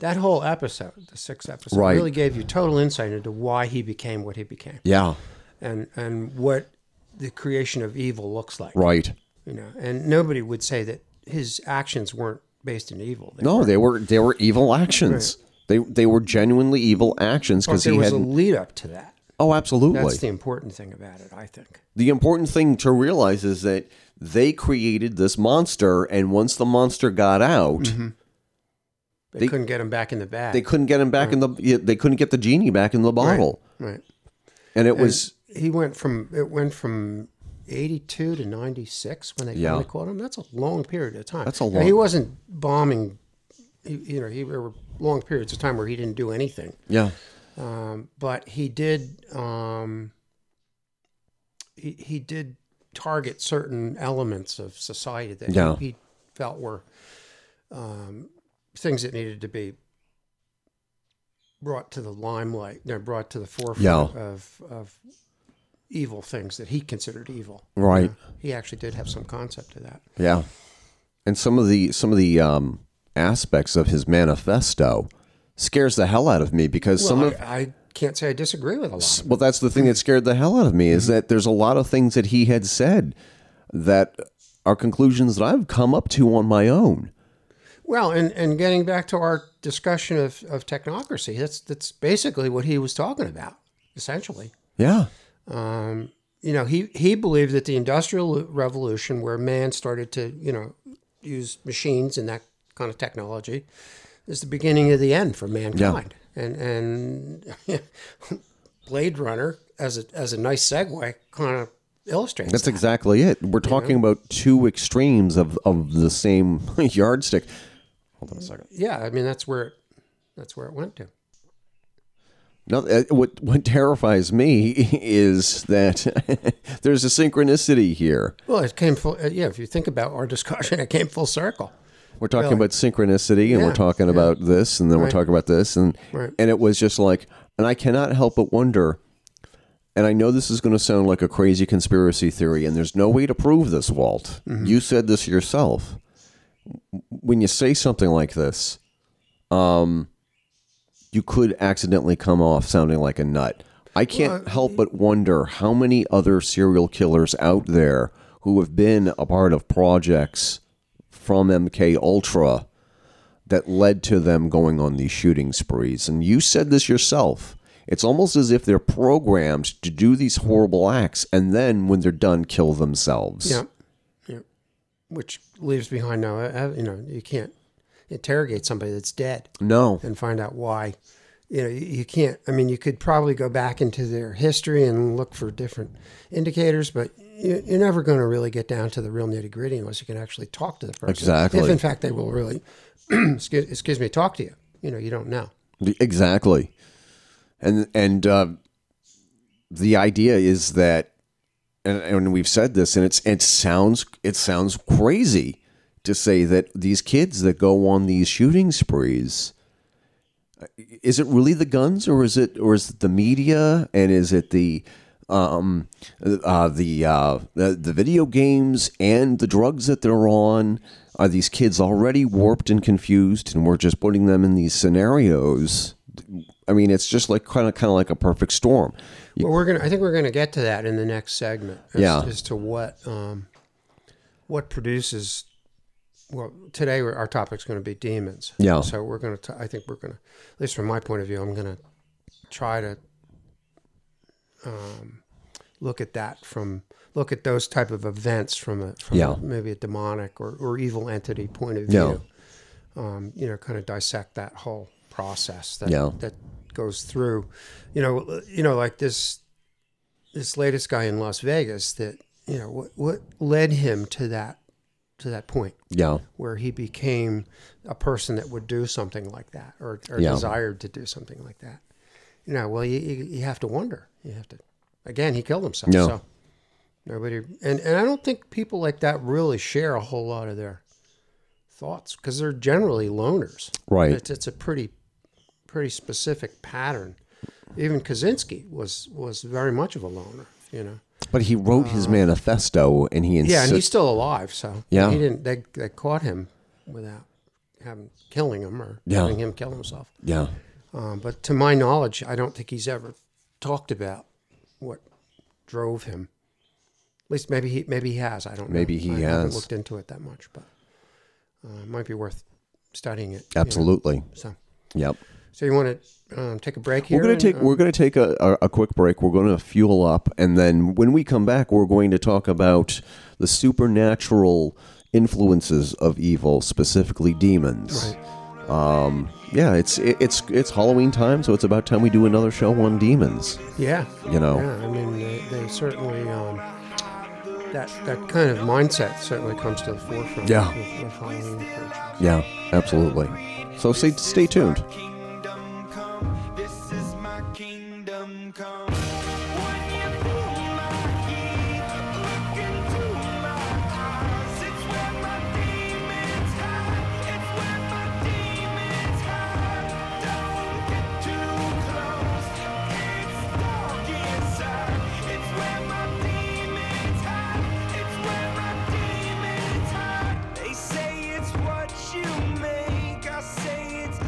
That whole episode, the sixth episode,
Right.
really gave you total insight into why he became what he became,
Yeah.
and and what the creation of evil looks like.
Right.
you know and nobody would say that his actions weren't based in evil They-
No, they were they were evil actions. They they were genuinely evil actions
but
because
there
he
was
had
a lead up to that
Oh, absolutely.
that's the important thing about it i think
the important thing to realize is that they created this monster and once the monster got out
Mm-hmm. they,
They-
couldn't get him back in the bag
they couldn't get him back in the they couldn't get the genie back in the bottle
right
and it was
he went from it went from 82 to 96 when they
Yeah.
finally caught him that's a long period of time
That's a
Now,
long-
he wasn't bombing he, you know he there were long periods of time where he didn't do anything
yeah
um, but he did um, he, he did target certain elements of society that
Yeah.
he felt were um, things that needed to be brought to the limelight, no, brought to the forefront
Yeah.
of, of evil things that he considered evil.
Right.
He actually did have some concept of that.
Yeah. And some of the some of the um, aspects of his manifesto scares the hell out of me because some
Well,
of
I, I can't say I Mm-hmm. disagree with a lot.
well that's the thing that scared the hell out of me is that there's a lot of things that he had said that are conclusions that I've come up to on my own.
Well, and, and getting back to our discussion of, of technocracy, that's that's basically what he was talking about, essentially.
Yeah.
Um, you know, he, he believed that the Industrial Revolution, where man started to, you know, use machines and that kind of technology, is the beginning of the end for mankind. And and Blade Runner, as a as a nice segue, kind of illustrates
That's
that.
exactly it. We're talking about two extremes of, of the same yardstick. Hold on a second.
yeah, I mean that's where it, that's where it went to.
No, uh, what what terrifies me is that there's a synchronicity here.
Well, it came full. uh, Yeah, if you think about our discussion, it came full circle.
We're talking about synchronicity, and
Yeah,
we're talking about this, and then we're talking about this, and
Right.
and it was just like, and I cannot help but wonder. And I know this is going to sound like a crazy conspiracy theory, and there's no way to prove this, Walt.
Mm-hmm.
You said this yourself. When you say something like this, um, you could accidentally come off sounding like a nut. I can't help but wonder how many other serial killers out there who have been a part of projects from MK Ultra that led to them going on these shooting sprees. And you said this yourself. It's almost as if they're programmed to do these horrible acts and then when they're done kill themselves.
Yeah, yeah. Which leaves behind no, uh, you know, you can't interrogate somebody that's dead
No.
and find out why. You know, you- you can't. I mean, you could probably go back into their history and look for different indicators, but you- you're never going to really get down to the real nitty gritty unless you can actually talk to the person.
Exactly.
If in fact they will really, excuse, excuse me, talk to you. You know, you don't know.
Exactly. And and uh, the idea is that and, and we've said this and it's it sounds it sounds crazy to say that these kids that go on these shooting sprees uh, is it really the guns or is it or is it the media and is it the um uh the uh the, the video games and the drugs that they're on are these kids already warped and confused and we're just putting them in these scenarios i mean it's just like kind of kind of like a perfect storm
Well, we're gonna. I think we're gonna get to that in the next segment. As,
Yeah.
As to what um, what produces. Well, today we're- our topic's going to be demons.
Yeah.
So we're going to. I think we're going to. At least from my point of view, I'm going to try to um, look at that from look at those type of events from a from
Yeah.
maybe a demonic or, or evil entity point of
Yeah.
view. Um, you know, kind of dissect that whole process that
Yeah.
that goes through. You know, you know, like this this latest guy in Las Vegas that you know what what led him to that to that point
yeah
where he became a person that would do something like that or, or
Yeah.
desired to do something like that. You know, well, you, you, you have to wonder. You have to. Again, he killed himself.
Yeah.
So nobody, and, and I don't think people like that really share a whole lot of their thoughts because they're generally loners.
Right.
It's, it's a pretty, pretty specific pattern. Even Kaczynski was was very much of a loner. You know.
but he wrote his manifesto and he
uh, Yeah, and
insi-
he's still alive. So
Yeah.
he didn't. They, they caught him without having killing him or
Yeah.
having him kill himself.
yeah
Um, but to my knowledge, I don't think he's ever talked about what drove him. At least maybe he maybe he has. I don't. know.
Maybe he
I haven't
has.
looked into it that much, but uh, it might be worth studying it. you know.
absolutely
So,
yep
so you want to um, take a break here?
We're gonna
and,
take
um,
we're gonna take a, a, a quick break. We're gonna fuel up, and then when we come back, we're going to talk about the supernatural influences of evil, specifically demons. Um, yeah, it's it, it's it's Halloween time, so it's about time we do another show on demons.
Yeah.
You know.
Yeah, I mean, they, they certainly um, that that kind of mindset certainly comes to the forefront.
Yeah.
With, with Halloween approaches.
Yeah, absolutely. So stay stay tuned.
kingdom come. This is my kingdom come. Would you be my king?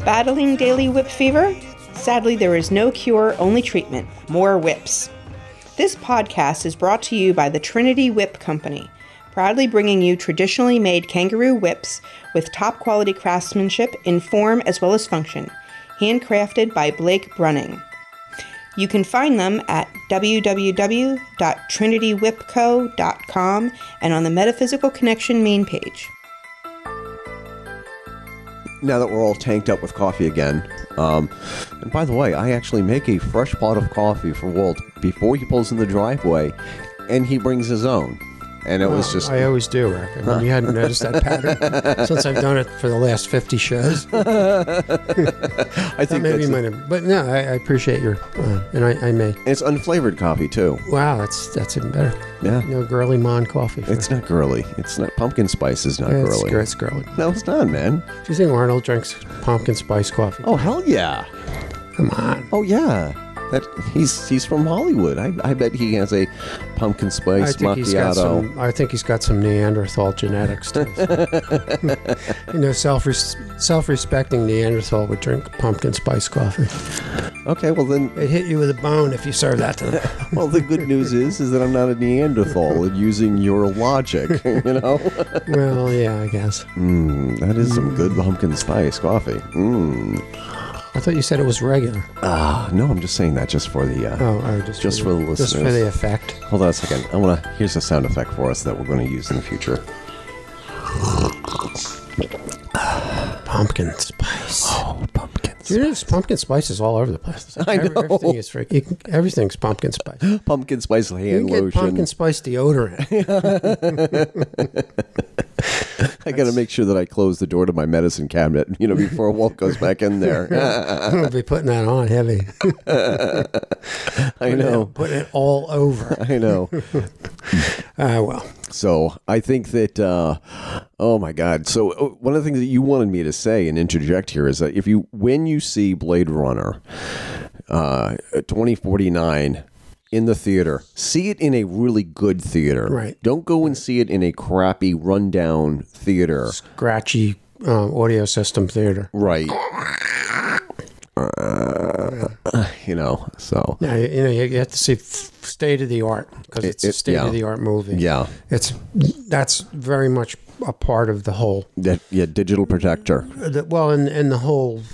Battling daily whip fever? Sadly, there is no cure, only treatment. More whips. This podcast is brought to you by the Trinity Whip Company, proudly bringing you traditionally made kangaroo whips with top quality craftsmanship in form as well as function, handcrafted by Blake Brunning. You can find them at www.trinitywhipco.com and on the Metaphysical Connection main page.
now that we're all tanked up with coffee again. Um, and by the way, I actually make a fresh pot of coffee for Walt before he pulls in the driveway, and he brings his own. And it was just
Oh, Um, I always do, Rick. I mean, you hadn't noticed that pattern since I've done it for the last 50 shows.
I think
Maybe
that's
you might have, but no, I, I appreciate your, uh, and I, I may.
it's unflavored coffee too.
Wow, that's that's even better.
Yeah.
No girly mon coffee. for-
It's not girly. It's not pumpkin spice is not
it's,
girly.
gir- it's girly.
No, it's not, man.
Do you think Arnold drinks pumpkin spice coffee?
Oh hell yeah.
come on.
Oh yeah. That he's he's from Hollywood. I, I bet he has a pumpkin
I
spice
think he's got
macchiato.
some. I think he's got some Neanderthal genetics. To his- you know, self self respecting Neanderthal would drink pumpkin spice coffee.
Okay, well then
It hit you with a bone if you serve that to them.
Well, the good news is, is that I'm not a Neanderthal and using your logic, you know?
well, yeah, I guess.
Mm, that is some good pumpkin spice coffee. Mm.
I thought you said it was regular.
Ah, no, I'm just saying that just for the, uh,
Oh, oh just
Just for the
just for
listeners.
the effect.
hold on a second. I want to, here's a sound effect for us that we're going to use in the future.
Pumpkin spice.
Oh, pumpkins.
Dude, there's pumpkin spices all over the place. I
know.
everything is freak. you can- everything's pumpkin spice. You
Pumpkin spice
can
hand
get
lotion.
pumpkin spice deodorant.
I got to make sure that I close the door to my medicine cabinet, you know, before Walt goes back in there.
I'm gonna be putting that on heavy.
I know.
Put it all over.
I know.
Ah, well.
So I think that, uh, oh my God. So uh, one of the things that you wanted me to say and interject here is that if you, when you see Blade Runner uh, 2049 in the theater, see it in a really good theater.
Right.
Don't go and see it in a crappy, rundown theater.
Scratchy um, audio system theater.
Right. Uh, you know, so.
Yeah, you, you know, you have to see f- state of the art because it's
it-
a state of the art movie.
Yeah.
It's that's very much a part of the whole.
That, yeah, digital protector.
The, well, and and the whole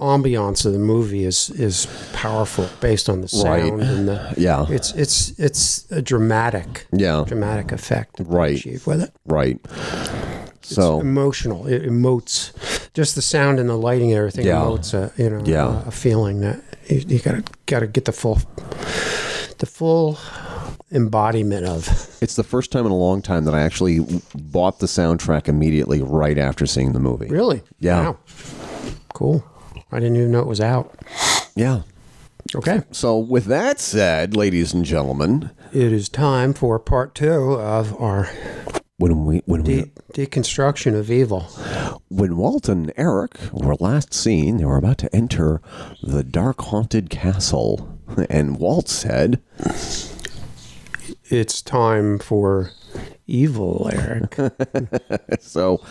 ambiance of the movie is is powerful based on the sound
Right.
and the
Yeah.
It's it's it's a dramatic
Yeah.
dramatic effect that they
Right.
achieve with it.
Right. So
Emotional, it emotes. Just the sound and the lighting, and everything
Yeah.
emotes a you know
Yeah.
a, a feeling that you, you gotta gotta get the full the full embodiment of.
It's the first time in a long time that I actually bought the soundtrack immediately right after seeing the movie.
Really?
Yeah.
Wow. Cool. I didn't even know it was out.
Yeah.
Okay.
So with that said, ladies and gentlemen,
It is time for part two of our
when we when
de-
we,
deconstruction of evil.
when Walt and Eric were last seen, they were about to enter the dark haunted castle, and Walt said,
It's time for evil, Eric.
So,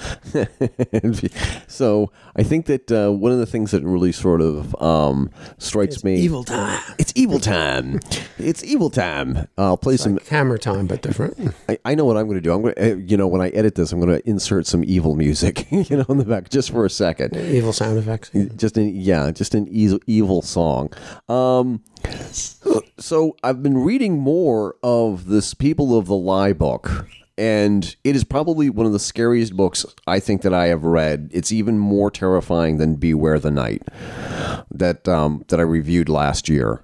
so I think that uh, one of the things that really sort of um, strikes me
evil time.
It's evil time. it's evil time. I'll play some.
Hammer time, but different.
I, I know what I'm going to do. I'm going to, you know, when I edit this, I'm going to insert some evil music, you know, in the back just for a second.
Evil sound effects.
Just an, yeah, just an eas- evil song. Um, so I've been reading more of this People of the Lie book, and it is probably one of the scariest books I think that I have read. It's even more terrifying than Beware the Night that um, that I reviewed last year.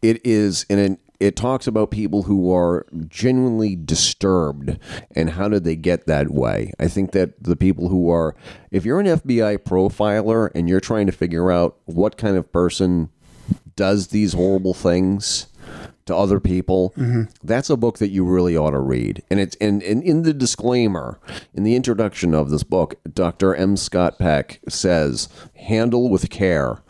It is and it It talks about people who are genuinely disturbed and how did they get that way. I think that the people who are, if you're an FBI profiler and you're trying to figure out what kind of person does these horrible things to other people, that's a book that you really ought to read. And it's and, and in the disclaimer, in the introduction of this book, Dr. M. Scott Peck says, "Handle with care.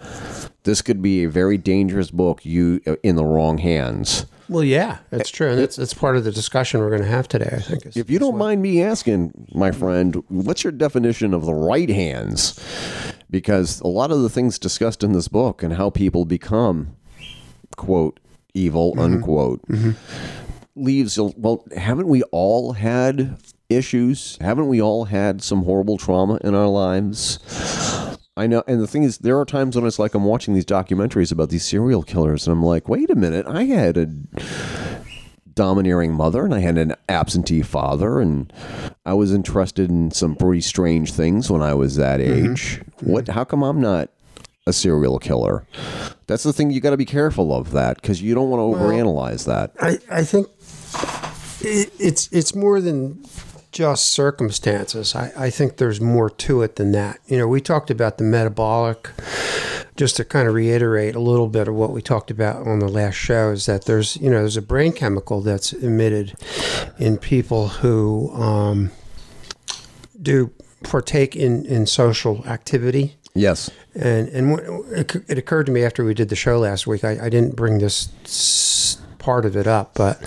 This could be a very dangerous book you uh, in the wrong hands."
Well, yeah, that's true, and that's that's part of the discussion we're going to have today. I think. is-
If you don't mind me asking, my friend, what's your definition of the right hands? because a lot of the things discussed in this book and how people become quote evil unquote leaves a- well haven't we all had issues haven't we all had some horrible trauma in our lives I know, and the thing is, there are times when it's like I'm watching these documentaries about these serial killers, and I'm like, wait a minute, I had a domineering mother, and I had an absentee father, and I was interested in some pretty strange things when I was that
Mm-hmm.
age. What? How come I'm not a serial killer? That's the thing you got to be careful of that because you don't want to overanalyze that.
I, I think it, it's it's more than just circumstances. I, I think there's more to it than that. You know, we talked about the metabolic. Just to kind of reiterate a little bit of what we talked about on the last show is that there's you know there's a brain chemical that's emitted in people who um, do partake in in social activity.
Yes,
And and wh- it occur- it occurred to me after we did the show last week, I, I didn't bring this s- part of it up, but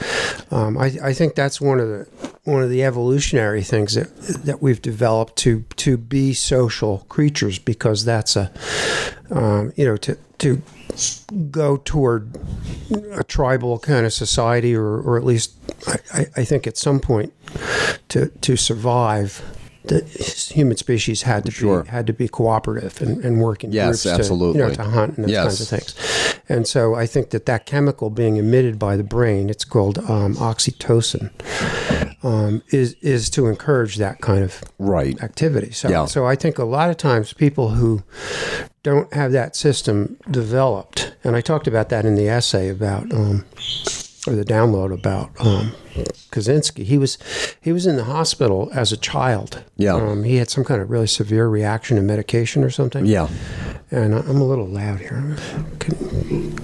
um, I, I think that's one of the one of the evolutionary things that that we've developed to to be social creatures because that's a um, you know to to go toward a tribal kind of society or, or at least I, I- I think at some point to to survive the human species had to
Sure.
be had to be cooperative and, and work in
Yes,
groups to,
absolutely.
you know, to hunt and those
Yes.
kinds of things. And so I think that that chemical being emitted by the brain, it's called um, oxytocin, um, is is to encourage that kind of
right.
activity. So
Yeah.
so I think a lot of times people who don't have that system developed, and I talked about that in the essay about. Um, or the download about um, Kaczynski. He was he was in the hospital as a child.
Yeah.
um, he had some kind of really severe reaction to medication or something.
Yeah,
And I- I'm a little loud here. Can,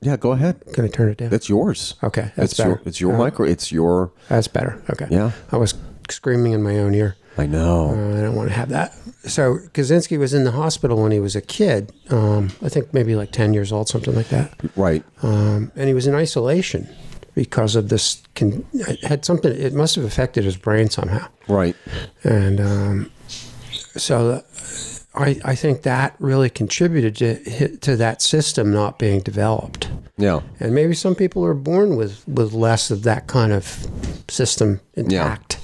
yeah. Go ahead.
can I turn it down?
It's yours.
okay, that's
it's
better. Uh-huh.
your. It's your micro. It's your.
That's better. Okay.
Yeah.
I was screaming in my own ear.
I know.
Uh, I don't want to have that. So Kaczynski was in the hospital when he was a kid. Um, I think maybe like 10 years old, something like that.
Right.
Um, and he was in isolation because of this. Con- it had something. It must have affected his brain somehow.
Right.
And um, so uh, I, I think that really contributed to, to that system not being developed.
Yeah.
and maybe some people are born with with less of that kind of system intact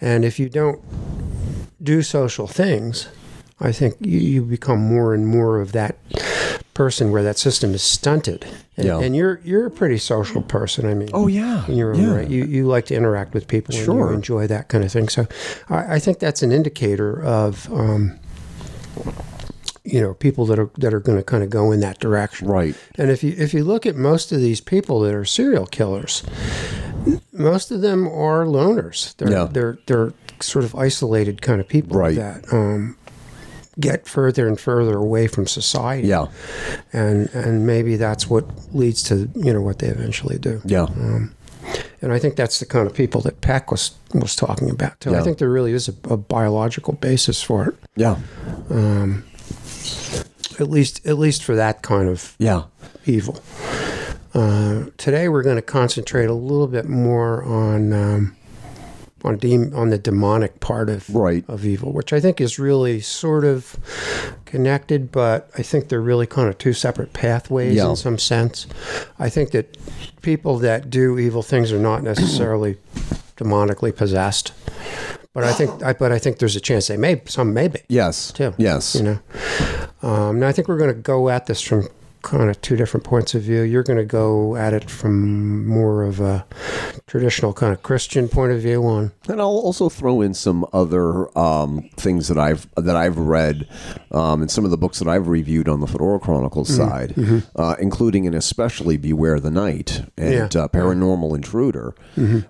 and if you don't do social things i think you, you become more and more of that person where that system is stunted and,
Yeah.
and you're you're a pretty social person i mean
Oh, yeah.
in your own
Yeah.
right you, you like to interact with people and
Sure.
you enjoy that kind of thing so i, I think that's an indicator of um, you know people that are that are going to kind of go in that direction
Right.
and if you if you look at most of these people that are serial killers, most of them are loners. They're
Yeah.
they're they're sort of isolated kind of people
Right.
that um, get further and further away from society.
Yeah.
And and maybe that's what leads to you know what they eventually do.
Yeah.
Mm. And I think that's the kind of people that Peck was was talking about too. I
Yeah.
think there really is a, a biological basis for it.
Yeah.
At least at least for that kind of
Yeah.
evil. Uh, today we're going to concentrate a little bit more on um, on dem- on the demonic part of
Right.
of evil, which I think is really sort of connected, but I think they're really kind of two separate pathways
Yeah.
in some sense. I think that people that do evil things are not necessarily demonically possessed, but I think I, but I think there's a chance they may some may be
Yes.
too.
Yes.
You know, um, now I think we're going to go at this from kind of two different points of view. You're going to go at it from more of a traditional kind of Christian point of view on
And I'll also throw in some other um, things that I've that I've read, um, and some of the books that I've reviewed on the Fedora Chronicles
Mm-hmm.
side, uh, including and especially Beware the Night and
Yeah. Mm-hmm.
uh, Paranormal Intruder.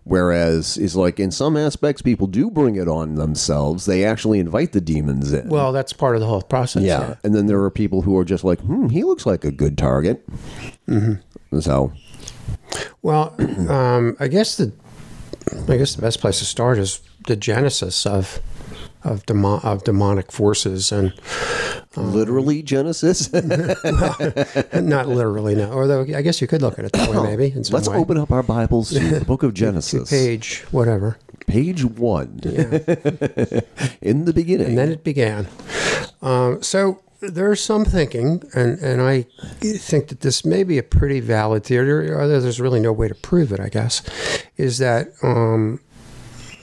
Whereas is like in some aspects, people do bring it on themselves; they actually invite the demons in.
well, that's part of the whole process.
yeah. and then there are people who are just like, "Hmm, he looks like a good target."
Mm-hmm.
So,
Well, um, I guess the I guess the best place to start is the genesis of of demo- of demonic forces and uh,
literally Genesis.
not literally no although I guess you could look at it that way maybe in some
Let's
way.
open up our Bibles to the Book of Genesis.
page whatever
page one in the beginning
and then it began Um, so there's some thinking, and, and I think that this may be a pretty valid theory, although there's really no way to prove it, I guess, is that um,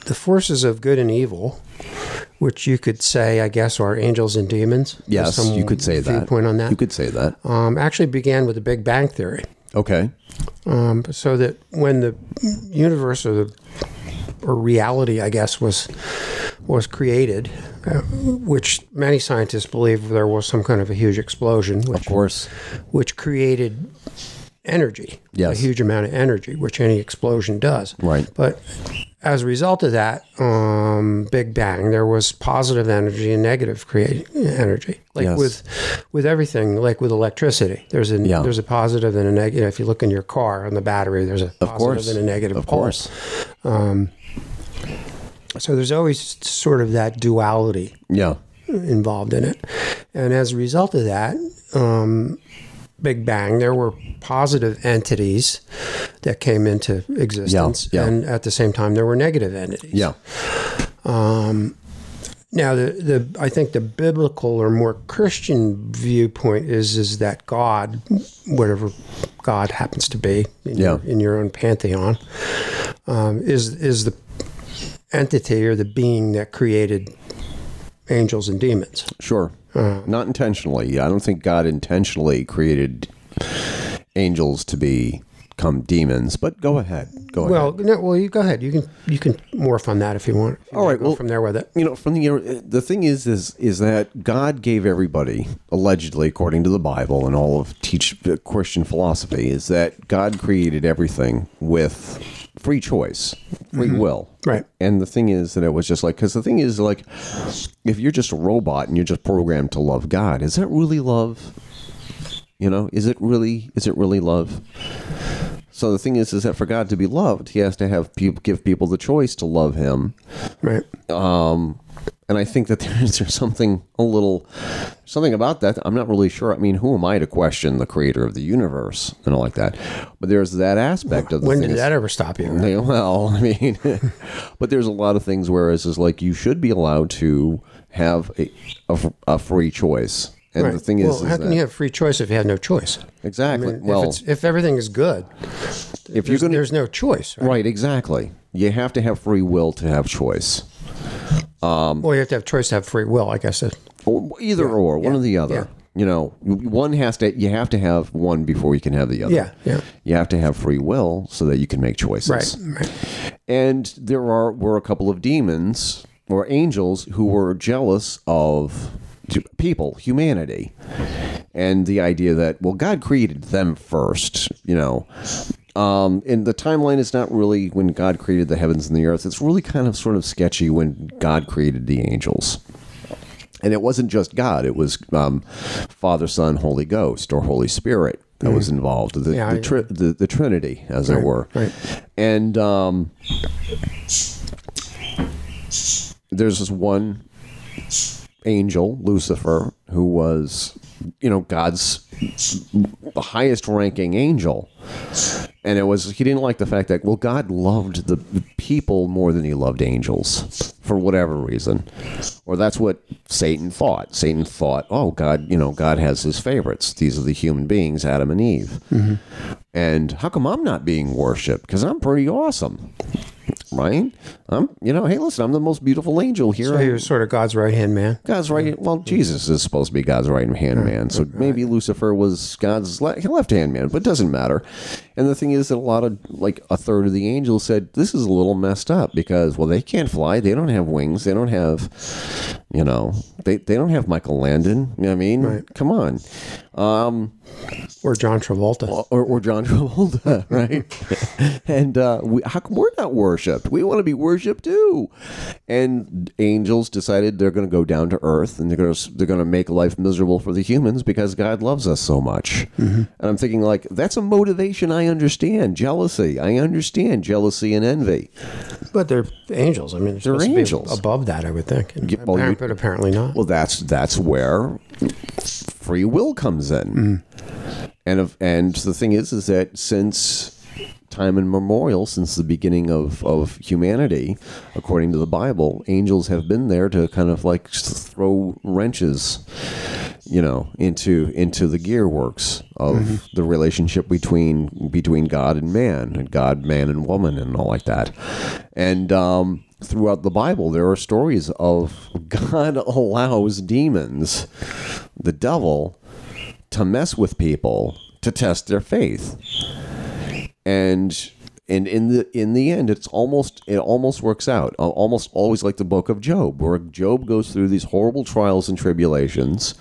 the forces of good and evil, which you could say, I guess, are angels and demons.
Yes,
Some
you could say that.
Viewpoint on that.
You could say that.
um, actually began with the Big Bang theory.
Okay.
Um, so that when the universe or the or reality, I guess, was was created, uh, which many scientists believe there was some kind of a huge explosion, which,
Of course.
which created energy,
Yes.
a huge amount of energy, which any explosion does.
Right.
But as a result of that um, Big Bang, there was positive energy and negative create energy. Like
Yes.
with with everything, like with electricity, there's a
Yeah.
there's a positive and a negative. If you look in your car on the battery, there's a positive
course.
and a negative.
Of
pole. Um,
course.
So there's always sort of that duality
Yeah.
involved in it. And as a result of that, um, Big Bang, there were positive entities that came into existence.
yeah.
And at the same time, there were negative entities.
Yeah.
Now, the, the I think the biblical or more Christian viewpoint is is that God, whatever God happens to be in,
Yeah.
your, in your own pantheon, um, is is the entity or the being that created angels and demons.
Sure.
Uh.
Not intentionally. I don't think God intentionally created angels to become demons, but go ahead. Go
Well,
ahead.
no, well, you go ahead. You can you can morph on that if you want.
All right,
Go
well-
from there with it.
You know, from the uh, the thing is is is that God gave everybody allegedly according to the Bible and all of teach uh, Christian philosophy is that God created everything with free choice, free will.
Right.
And the thing is that it was just like cuz the thing is like if you're just a robot and you're just programmed to love God, is that really love? You know, is it really is it really love? So the thing is is that for God to be loved, he has to have people give people the choice to love him
Right.
and I think that there's, there's something a little something about that. I'm not really sure. I mean, who am I to question the creator of the universe and all like that? But there's that aspect of the
When did
things-
that ever stop you?
Yeah, well, I mean, but there's a lot of things whereas is like you should be allowed to have a, a f- a free choice. And
Right.
the thing is,
well,
is
how can
that-
you have free choice if you have no choice?
exactly?
If
well,
it's, if everything is good,
if you're
there's,
going to
there's no choice. Right?
right, exactly, you have to have free will to have choice.
Well, you have to have choice to have free will, I guess.
Or- either or one or the other you know one has to you have to have one before you can have the other
Yeah, yeah.
you have to have free will so that you can make choices
Right, right.
and there are were a couple of demons or angels who were jealous of t- people humanity and the idea that well god created them first you know um, and the timeline is not really when god created the heavens and the earth it's really kind of sort of sketchy when god created the angels and it wasn't just god it was um, father son holy ghost or holy spirit that was involved the,
Mm. Yeah,
the, tri- the, the trinity as it were
right.
and um, there's this one angel, Lucifer, who was, you know, God's highest ranking angel. And it was, he didn't like the fact that, well, God loved the people more than he loved angels for whatever reason. Or that's what Satan thought. Satan thought, oh, God, you know, God has his favorites. These are the human beings, Adam and Eve. And how come I'm not being worshiped? Because I'm pretty awesome. Right? I'm, you know, hey, listen, I'm the most beautiful angel here.
So he was sort of God's right hand man.
God's right. Well, Jesus is supposed to be God's right hand man, so maybe Lucifer was God's left hand man, but it doesn't matter. And the thing is that a lot of, like a third of the angels said, this is a little messed up because, well, they can't fly, they don't have wings, they don't have, you know, they, they don't have Michael Landon. You know what I mean, come on,
Or John Travolta.
or, or John Travolta, right? and uh, we, how come we're not worshipped? We want to be worshipped too. And angels decided they're going to go down to earth and they're going to they're going to make life miserable for the humans because God loves us so much. And I'm thinking like that's a motivation I understand. Jealousy, I understand jealousy and envy.
but they're angels. I mean, they're, supposed
angels.
To be above that, I would think. And
Yeah, well,
apparent-
you-
but apparently not.
Well, that's that's where free will comes in. And of, and the thing is, is that since time immemorial since the beginning of, of humanity, according to the Bible. Angels have been there to kind of like s- throw wrenches, you know, into into the gearworks of the relationship between between God and man, and God, man, and woman, and all like that. And um, throughout the Bible, there are stories of God allows demons, the devil, to mess with people to test their faith and and in the in the end it's almost it almost works out Al- almost always like the book of job where job goes through these horrible trials and tribulations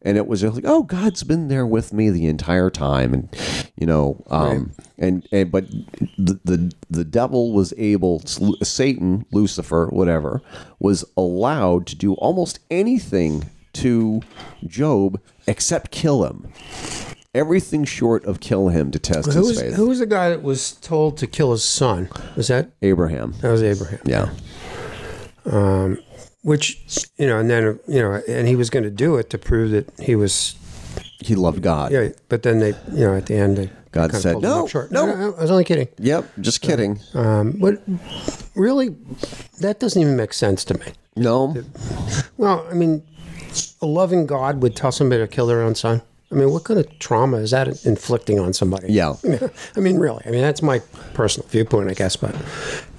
and it was just like oh god's been there with me the entire time and you know um and, and but the, the the devil was able satan lucifer whatever was allowed to do almost anything to job except kill him everything short of kill him to test
Who
his
was,
faith
who was the guy that was told to kill his son? Was that
Abraham.
that was Abraham?
Yeah.
Which you know, and then you know, and he was going to do it to prove that he was.
He loved God.
Yeah, but then they, you know, at the end they
God
kinda
said,
pulled him
"No,
up short."
no."
no, no, I was only kidding.
Yep. Just kidding.
Um, but really, that doesn't even make sense to me.
No.
Well, I mean, a loving God would tell somebody to kill their own son. I mean, what kind of trauma is that inflicting on somebody?
Yeah.
I mean, really. I mean, that's my personal viewpoint, I guess. But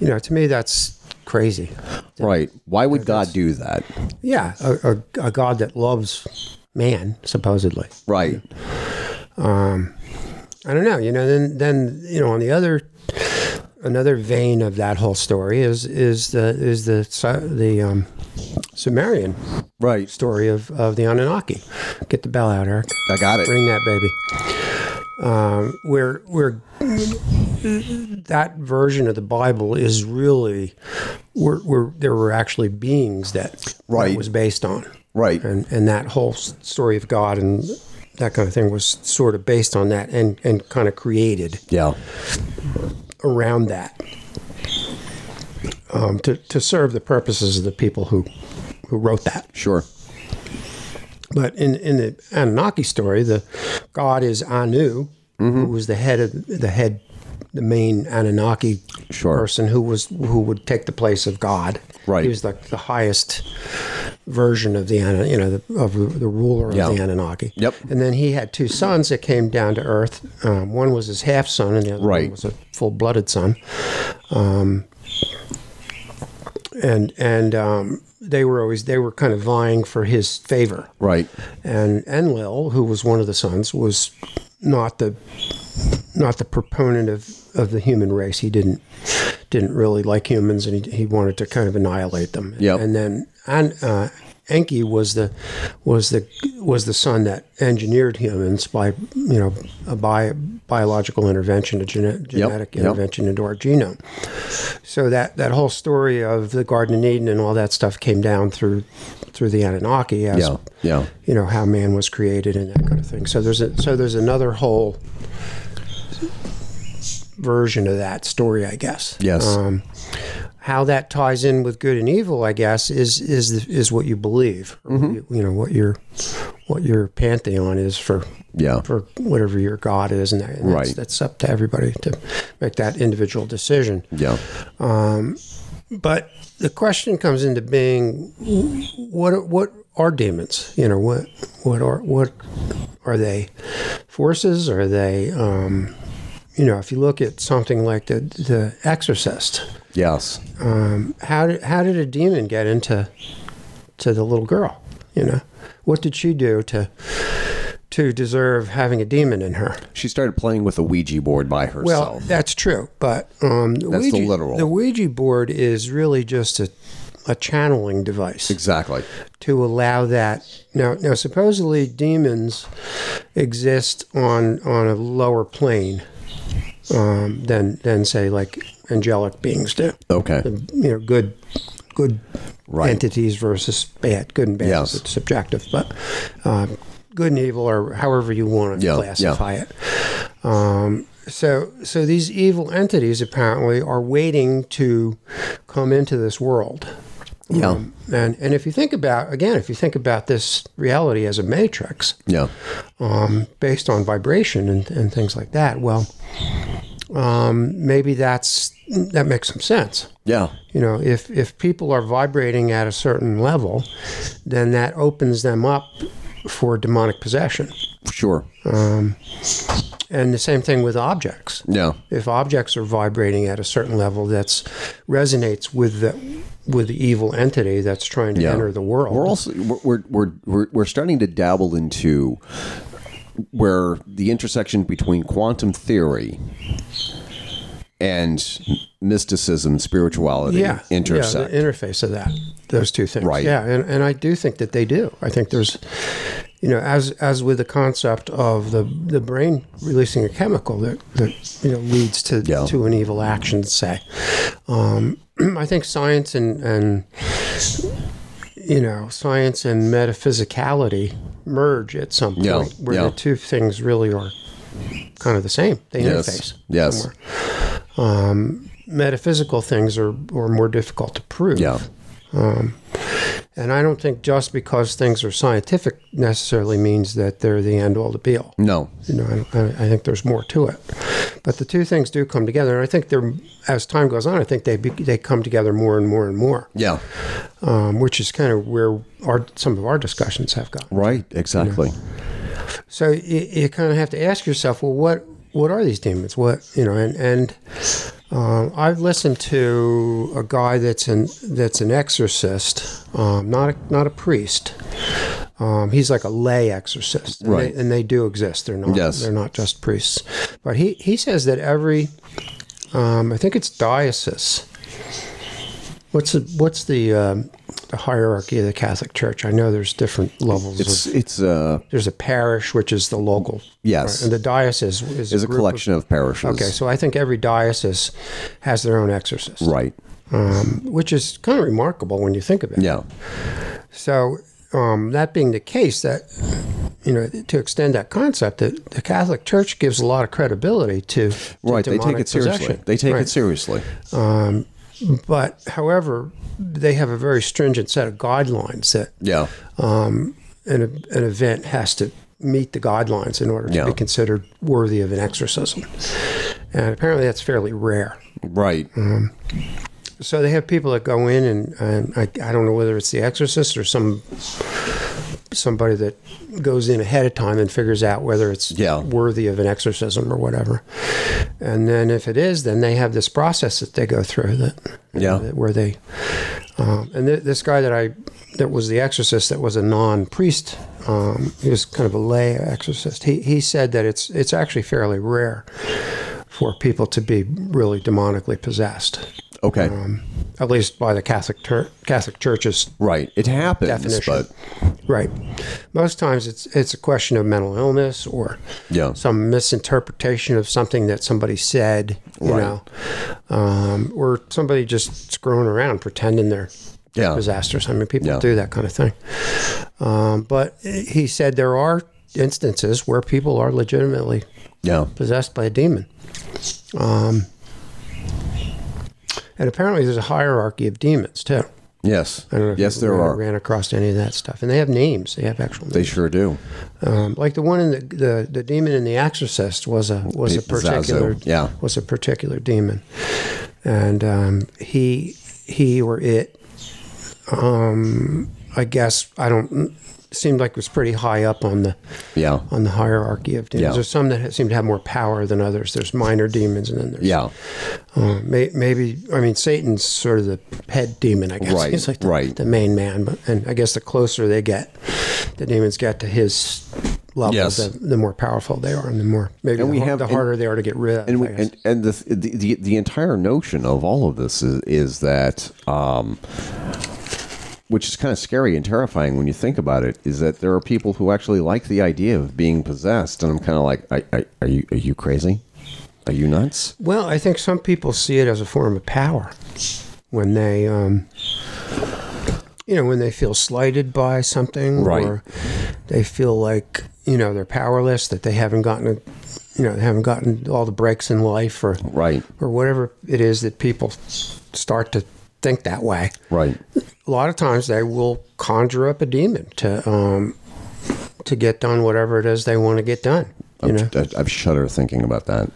you know, to me, that's crazy.
Right. Why would God do that?
Yeah, a, a, a God that loves man, supposedly.
Right.
I don't know. You know, then then you know, on the other another vein of that whole story is is the is the Sa- the um, Sumerian
Right.
story of of the Anunnaki. Get the bell out, Eric.
I got it.
Bring that baby. Um, where where that version of the Bible is really where, where there were actually beings that that
Right.
was based on
Right.
and and that whole s- story of God and that kind of thing was sort of based on that and and kind of created
Yeah.
around that um, to to serve the purposes of the people who who wrote that.
Sure.
But in in the Anunnaki story, the god is Anu,
Mm-hmm.
who was the head of the head, the main Anunnaki
Sure.
person who was who would take the place of God.
Right.
he was like the highest version of the Anu- you know the, of the ruler of
Yeah.
the Anunnaki.
Yep.
And then he had two sons that came down to Earth. Um, one was his half son, and the other
Right.
one was a full blooded son. Um, and and um, they were always they were kind of vying for his favor
Right.
and Enlil, who was one of the sons, was not the not the proponent of, of the human race. He didn't didn't really like humans, and he, he wanted to kind of annihilate them.
Yep.
And then and uh, Enki was the was the was the son that engineered humans by you know a bi- biological intervention, a gene- genetic
yep.
intervention into our genome. So that that whole story of the Garden of Eden and all that stuff came down through through the Anunnaki as
Yeah. Yeah.
you know how man was created and that kind of thing. So there's a so there's another whole version of that story, I guess.
Yes.
Um, how that ties in with good and evil, I guess, is is is what you believe. or
Mm-hmm.
You, you know what your what your pantheon is for
Yeah.
for whatever your god is, and, that, and that's-
Right.
that's up to everybody to make that individual decision.
Yeah.
But the question comes into being, what what are demons? You know, what what are what are they? Forces? Are they? Um, you know, if you look at something like the the Exorcist, um,
Yes.
how did how did a demon get into to the little girl? You know, what did she do to to deserve having a demon in her?
She started playing with a Ouija board by
Well,
herself.
that's true, but um, the
That's the
Ouija,
literal.
The Ouija board is really just a a channeling device
exactly.
to allow that. Now, now supposedly demons exist on on a lower plane um, than than say like angelic beings do.
Okay.
You know, good good
Right.
entities versus bad. Good and bad
Yes.
is subjective, but uh, good and evil, or however you want to
Yeah, yeah.
classify it. Um, so, so these evil entities apparently are waiting to come into this world.
Yeah.
And and if you think about again, if you think about this reality as a matrix
yeah.
um, based on vibration and, and things like that, well, um, maybe that's that makes some sense.
Yeah.
You know, if if people are vibrating at a certain level, then that opens them up for demonic possession.
Sure.
And the same thing with objects.
Yeah.
If objects are vibrating at a certain level, that's resonates with the with the evil entity that's trying to
Yeah.
enter the world.
We're also we're we're, we're we're we're starting to dabble into where the intersection between quantum theory and mysticism, spirituality
yeah,
intersect.
Yeah, the interface of that, those two things.
Right.
Yeah, and, and I do think that they do. I think there's, you know, as as with the concept of the the brain releasing a chemical that that you know leads to
Yeah.
to an evil action. Say, um, I think science and and you know science and metaphysicality merge at some point
Yeah,
where
yeah.
the two things really are kind of the same. They
Yes.
interface. Um,
Yes.
Metaphysical things are, are more difficult to prove.
Yeah.
And I don't think just because things are scientific necessarily means that they're the end all to be all.
No.
You know, I, don't- I, I think there's more to it. But the two things do come together, and I think they're as time goes on, I think they be, they come together more and more and more,
Yeah.
um, which is kind of where our some of our discussions have gone.
Right. Exactly.
So you, you kind of have to ask yourself, well, what what are these demons? What you know, and and um, I've listened to a guy that's an that's an exorcist, um, not a, not a priest. Um, he's like a lay exorcist, and
Right.
They, and they do exist. They're not
Yes.
they're not just priests, but he he says that every um, I think it's diocese. What's the what's the um, the hierarchy of the Catholic Church? I know there's different levels. of
It's it's uh
there's a parish which is the local
Yes.
and the diocese is,
is a
group of-
collection of, parishes.
okay so i think every diocese has their own exorcist
Right.
which is kind of remarkable when you think of it
Yeah.
so um, that being the case that you know to extend that concept that the catholic church gives a lot of credibility to, to
Right. They take
demonic
it seriously.
possession.
They take
Right.
it seriously.
but however they have a very stringent set of guidelines that
Yeah.
an, an event has to meet the guidelines in order to
Yeah.
be considered worthy of an exorcism. And apparently that's fairly rare.
Right.
Mm-hmm. So they have people that go in and, and I, I don't know whether it's the exorcist or some somebody that goes in ahead of time and figures out whether it's
Yeah.
worthy of an exorcism or whatever. And then if it is, then they have this process that they go through that
Yeah.
that- where they um, and th- this guy that I that was the exorcist that was a non priest um, he was kind of a lay exorcist he, he said that it's it's actually fairly rare for people to be really demonically possessed
Okay.
at least by the Catholic ter- Catholic Church's
right. It happens,
definition
but
right most times it's it's a question of mental illness or
yeah.
some misinterpretation of something that somebody said, you
Right.
know, um, or somebody just screwing around pretending they're
Yeah.
disasters. I mean, people
Yeah.
do that kind of thing. Um, but he said there are instances where people are legitimately
Yeah.
possessed by a demon. Um, and apparently, there's a hierarchy of demons too.
Yes.
I don't know if
Yes,
you
there
ran,
are.
ran across any of that stuff, and they have names. They have actual. Names.
They sure do.
Um, like the one in the, the the demon in the Exorcist was a was a
Pete Pizazzo,
particular
yeah.
was a particular demon, and um, he he or it, um, I guess I don't seemed like it was pretty high up on the
Yeah.
on the hierarchy of demons.
Yeah.
There's some that seem to have more power than others. There's minor demons, and then there's
Yeah.
uh, may, maybe I mean Satan's sort of the head demon, I guess.
Right,
He's like the,
right.
the main man, but and I guess the closer they get, the demons get to his level,
Yes.
the, the more powerful they are, and the more maybe
And
the,
we
har-
have-
the
and-
harder they are to get rid of.
And we,
I guess.
and and the, the the the entire notion of all of this is is that um, which is kind of scary and terrifying when you think about it is that there are people who actually like the idea of being possessed, and I'm kind of like, I, I, are you are you crazy? Are you nuts?
well, I think some people see it as a form of power when they. Um, you know, when they feel slighted by something,
Right.
or they feel like you know they're powerless, that they haven't gotten, a, you know, they haven't gotten all the breaks in life, or
Right.
or whatever it is that people start to think that way.
Right.
A lot of times they will conjure up a demon to um, to get done whatever it is they want to get done. You
I'm-
know,
I, I shudder thinking about that.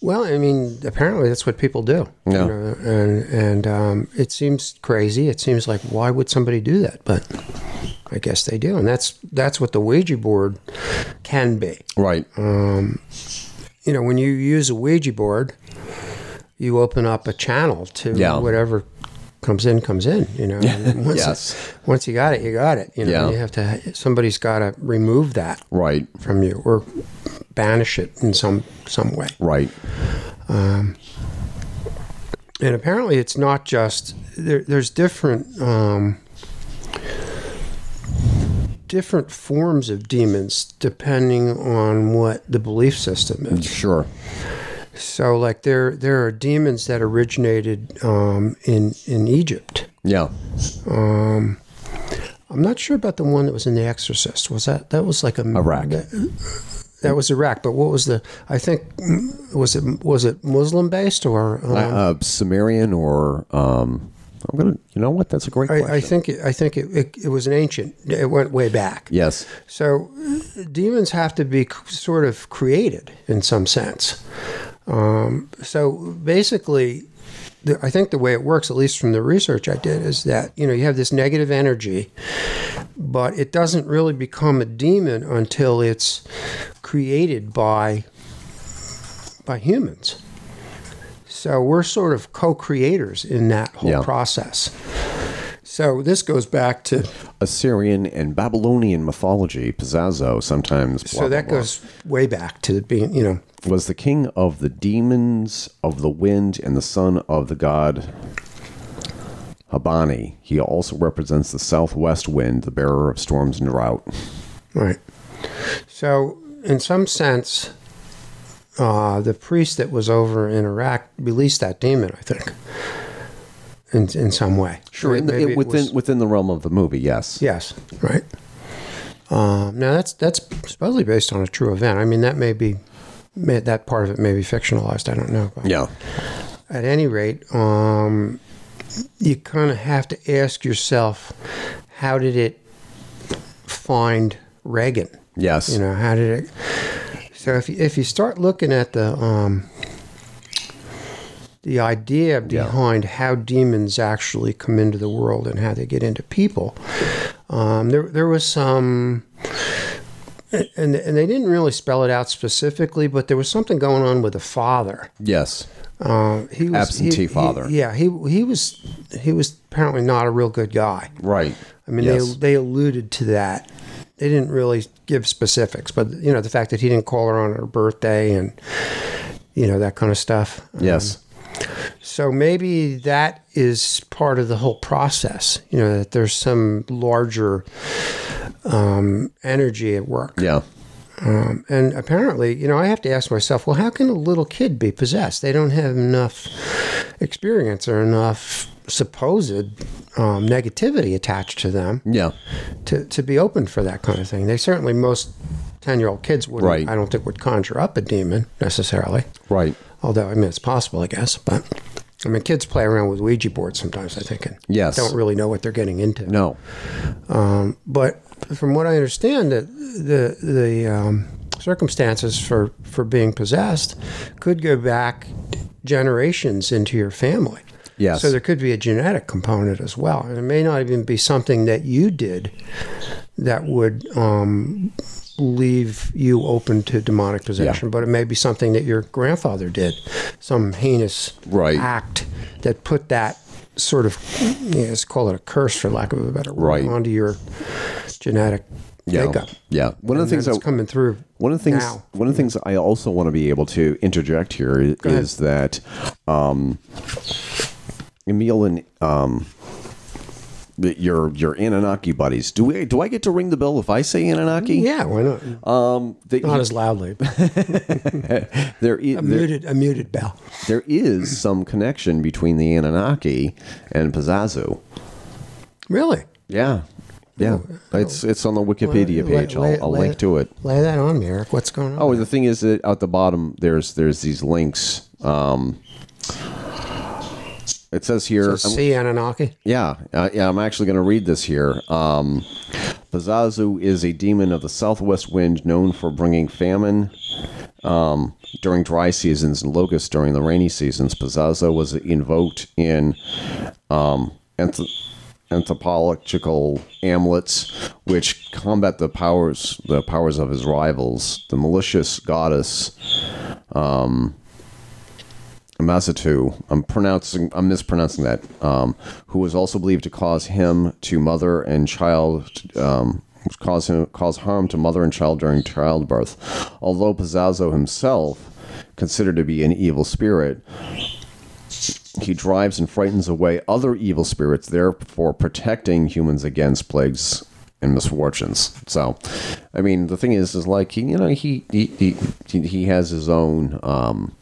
Well, I mean, apparently that's what people do. you
Yeah.
know, and and um, it seems crazy. It seems like why would somebody do that? But I guess they do, and that's that's what the Ouija board can be.
Right.
Um, You know, when you use a Ouija board, you open up a channel to
Yeah.
whatever comes in comes in you know And once,
Yes.
once you got it you got it you know
Yeah.
you have to somebody's got to remove that
Right.
from you or banish it in some some way
Right.
and apparently it's not just there, there's different um, different forms of demons depending on what the belief system is
Sure.
so like there there are demons that originated um, in in egypt
Yeah.
i'm not sure about the one that was in the exorcist was that that was like a
Iraq.
that, that was iraq but what was the i think was it was it muslim based or um,
uh, Sumerian or um, I'm gonna. You know what? That's a great question.
I, I think it, I think it, it, it was an ancient. It went way back.
yes.
So uh, demons have to be c- sort of created in some sense. Um, so basically, the, I think the way it works, at least from the research I did, is that you know you have this negative energy, but it doesn't really become a demon until it's created by by humans. So we're sort of co-creators in that whole
Yeah.
process. So this goes back to
Assyrian and Babylonian mythology, Pizazzo, sometimes. blah,
so
blah,
that
blah,
goes way back to being you know
Was the king of the demons of the wind and the son of the god Habani. He also represents the southwest wind, the bearer of storms and drought.
right so in some sense uh, the priest that was over in iraq released that demon i think in, in some way
in the-
Maybe
it-
it
within
was-
within the realm of the movie, yes.
yes right um, now that's that's supposedly based on a true event i mean that may be may, that part of it may be fictionalized i don't know but
Yeah.
at any rate, um, you kind of have to ask yourself, how did it find Reagan?
Yes.
You know, how did it? So if you, if you start looking at the um, the idea behind how demons actually come into the world and how they get into people, um, there there was some. And, and they didn't really spell it out specifically, but there was something going on with the father.
Yes.
Uh, he was,
Absentee
he- he-
father.
yeah, he he was he was apparently not a real good guy.
Right.
I mean,
Yes.
they they alluded to that. They didn't really give specifics, but you know the fact that he didn't call her on her birthday and you know that kind of stuff.
Yes.
um, So maybe that is part of the whole process. You know that there's some larger um, energy at work.
Yeah.
Um, and apparently, you know, I have to ask myself, well, how can a little kid be possessed? They don't have enough experience or enough supposed um, negativity attached to them
Yeah.
to, to be open for that kind of thing. They certainly, most 10 year old kids wouldn't,
Right.
I don't think, would conjure up a demon necessarily.
Right.
Although, I mean, it's possible, I guess. But, I mean, kids play around with Ouija boards sometimes, I think, and
Yes.
don't really know what they're getting into
No.
but from what I understand, that the the um, circumstances for for being possessed could go back generations into your family.
Yes.
So there could be a genetic component as well, and it may not even be something that you did that would um, leave you open to demonic possession, but it may be something that your grandfather did, some heinous
Right.
act that put that sort of you know, let's call it a curse for lack of a better word
Right.
onto your genetic
Yeah.
makeup.
Yeah. One of the
And
things
that's
that-
coming through.
One of the things,
now.
one of the things I also want to be able to interject here is
ahead.
that um, Emil and um, the- your your Anunnaki buddies. Do we? Do I get to ring the bell if I say Anunnaki?
Yeah, why not?
Um, That
not
you-
as loudly.
there, i-
a
there-
muted, a muted bell.
there is some connection between the Anunnaki and Pazazu.
Really?
Yeah, yeah. It's it's on the Wikipedia
Lay-
page.
lay-
I'll, I'll
lay-
link to it.
Lay that on me, Eric. What's going on?
Oh, the thing is that at the bottom there's there's these links. Um, it says here, I'm-
see Anunnaki.
yeah, uh, yeah. I'm actually going to read this here. Um, Pazazu is a demon of the southwest wind, known for bringing famine, um, during dry seasons and locusts during the rainy seasons. Pizzazo was invoked in um, anth- anthropological amulets, which combat the powers the powers of his rivals. The malicious goddess Masatu, I'm pronouncing, I'm mispronouncing that, um, who was also believed to cause him to mother and child, um, cause him cause harm to mother and child during childbirth. Although Pizzazo himself considered to be an evil spirit, he drives and frightens away other evil spirits, therefore protecting humans against plagues and misfortunes. So, I mean, the thing is, is like he, you know, he he he, he has his own. Um,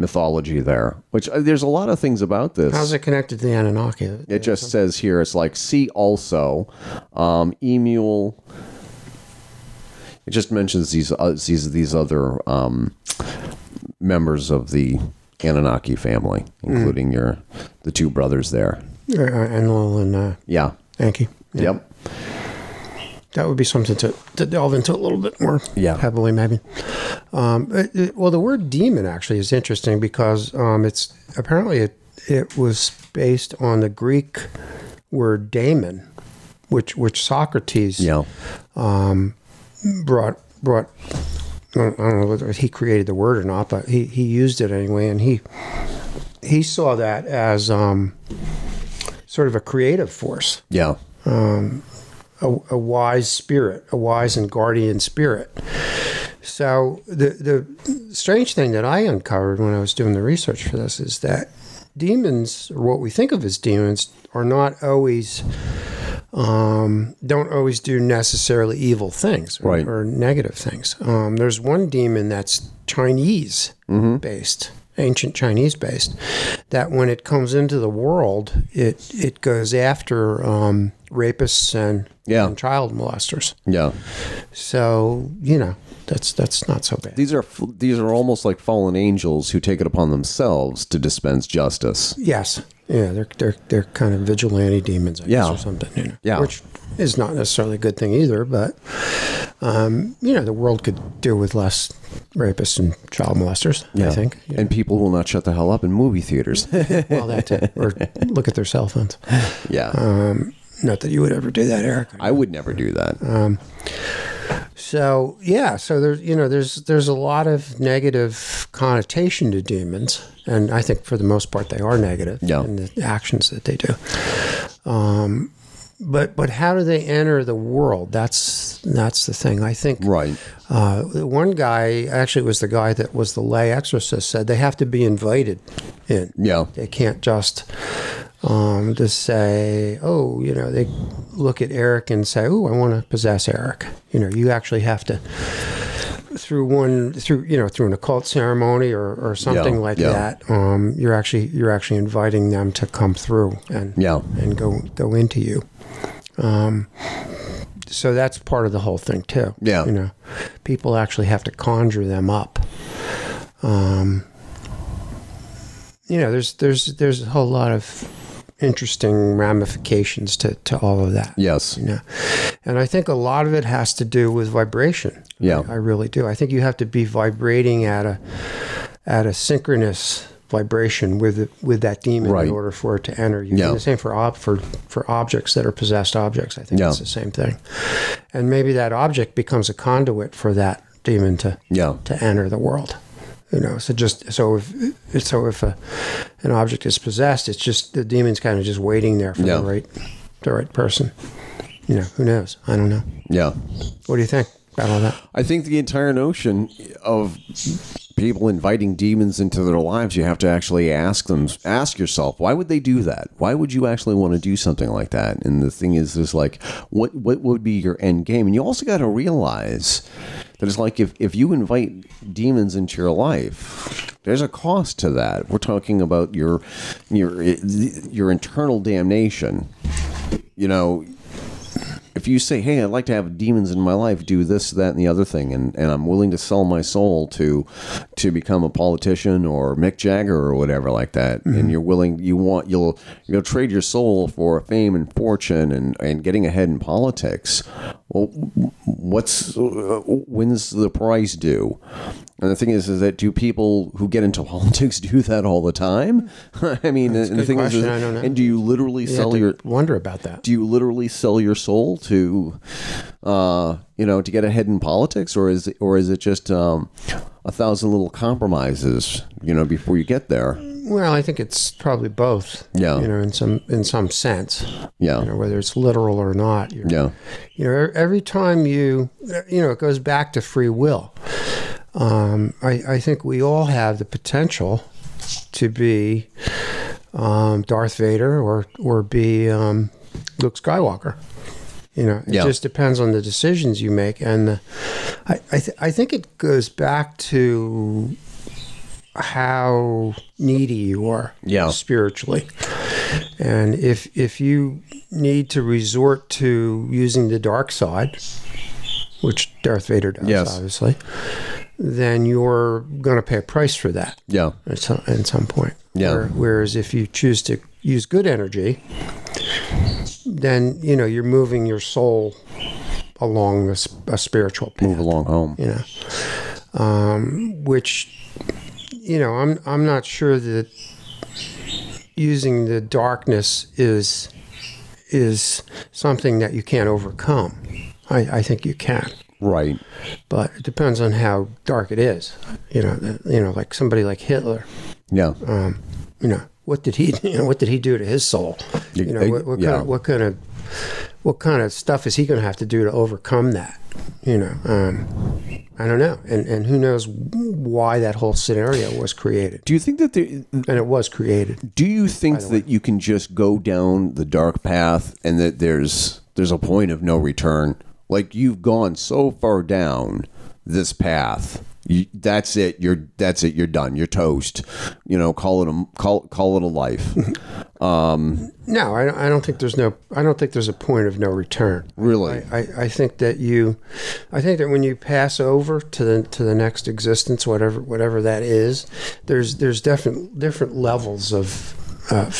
mythology there, which uh, there's a lot of things about this.
How's it connected to the Anunnaki?
It just says here, it's like see also, um, emule. It just mentions these uh, these these other um, members of the Anunnaki family,
Mm.
including your the two brothers there.
Uh, Enlil and uh,
Yeah.
Anki. Yeah.
Yep.
That would be something to, to delve into a little bit more
Yeah.
heavily, maybe. Um, it- it- well, the word demon actually is interesting because um, it's apparently it, it was based on the Greek word daemon, which which Socrates um,
Yeah.
brought brought. I don't I don't know whether he created the word or not, but he, he used it anyway, and he he saw that as um, sort of a creative force.
Yeah.
a, a wise spirit, a wise and guardian spirit. So the the strange thing that I uncovered when I was doing the research for this is that demons, or what we think of as demons, are not always um, don't always do necessarily evil things or,
Right.
or negative things. Um, there's one demon that's Chinese based, ancient Chinese based, that when it comes into the world, it it goes after um, rapists and,
Yeah.
and child molesters.
Yeah.
So you know that's that's not so bad.
These are f- these are almost like fallen angels who take it upon themselves to dispense justice.
Yes. Yeah, they're they're they're kind of vigilante demons, I guess,
Yeah.
or something. You know,
Yeah.
which is not necessarily a good thing either. But um, you know, the world could do with less rapists and child molesters. I think. Yeah.
And people will not shut the hell up in movie theaters.
well, that too. or look at their cell phones.
yeah.
Uh, Not that you would ever do that, Eric.
I would never do that.
uh, So yeah, so there's you know there's there's a lot of negative connotation to demons, and I think for the most part they are negative
Yeah.
in the actions that they do. Um, but but how do they enter the world? That's that's the thing. I think
right.
uh, the one guy actually it was the guy that was the lay exorcist said they have to be invited in.
Yeah.
They can't just um, just say, oh, you know, they look at Eric and say, oh, I want to possess Eric. You know, you actually have to through one through you know through an occult ceremony or, or something
Yeah,
like
yeah.
that. Um, you're actually you're actually inviting them to come through and
Yeah.
and go go into you. Um, so that's part of the whole thing too.
Yeah.
you know, people actually have to conjure them up. Um, you know, there's there's there's a whole lot of interesting ramifications to, to all of that.
Yes.
You know, and I think a lot of it has to do with vibration.
Yeah.
I, I really do. I think you have to be vibrating at a at a synchronous vibration with it- with that demon
Right.
in order for it to enter you.
Yeah.
And the same for ob for for objects that are possessed objects. I think
Yeah.
it's the same thing. And maybe that object becomes a conduit for that demon to
Yeah.
to enter the world. You know, so just so if so if a, an object is possessed, it's just the demon's kind of just waiting there for
Yeah.
the right the right person. You know, who knows? I don't know.
Yeah.
What do you think about all that?
I think the entire notion of people inviting demons into their lives, you have to actually ask them, ask yourself, why would they do that? Why would you actually want to do something like that? And the thing is, is like, what what would be your end game? And you also got to realize that it's like if if you invite demons into your life, there's a cost to that. We're talking about your your your internal damnation. You know, if you say, "Hey, I'd like to have demons in my life, do this, that, and the other thing," and, and I'm willing to sell my soul to to become a politician or Mick Jagger or whatever like that,
Mm-hmm.
and you're willing, you want, you'll you'll trade your soul for fame and fortune and and getting ahead in politics. Well, what's uh, when's the price due? And the thing is, is that do people who get into politics do that all the time? I mean, and the
good
thing is,
question. I don't know.
and do you literally
You have
sell
to
your
wonder about that.
do you literally sell your soul to uh, you know to get ahead in politics or is or is it just um, a thousand little compromises you know before you get there
Well, I think it's probably both.
Yeah.
You know, in some in some sense,
yeah
you know, whether it's literal or not. You're,
yeah
You know, e- every time you, you know, it goes back to free will. Um, I, I think we all have the potential to be um, Darth Vader or or be um, Luke Skywalker. You know, it
Yeah.
just depends on the decisions you make, and the, I I, th- I think it goes back to how needy you are
Yeah.
spiritually and if if you need to resort to using the dark side which Darth Vader does
Yes.
obviously then you're going to pay a price for that
yeah
at some, at some point
Yeah.
whereas if you choose to use good energy then you know you're moving your soul along this a spiritual path
move along home
you know, um, which you know I'm I'm not sure that using the darkness is is something that you can't overcome. I, I think you can,
right
but it depends on how dark it is. You know, the- you know, like somebody like Hitler.
yeah
You know, what did he? You know, what did he do to his soul? You know, what, what kind
Yeah.
of what kind of what kind of stuff is he going to have to do to overcome that? You know, um, I don't know, and and who knows why that whole scenario was created,
do you think that there,
and it was created.
do you think that you can just go down the dark path and that there's there's a point of no return like you've gone so far down this path you, that's it you're that's it you're done you're toast you know call it a call, call it a life
No, I don't, I don't think there's no, I don't think there's a point of no return.
really
I, I think that you, I think that when you pass over to the to the next existence, whatever whatever that is, there's there's different different levels of of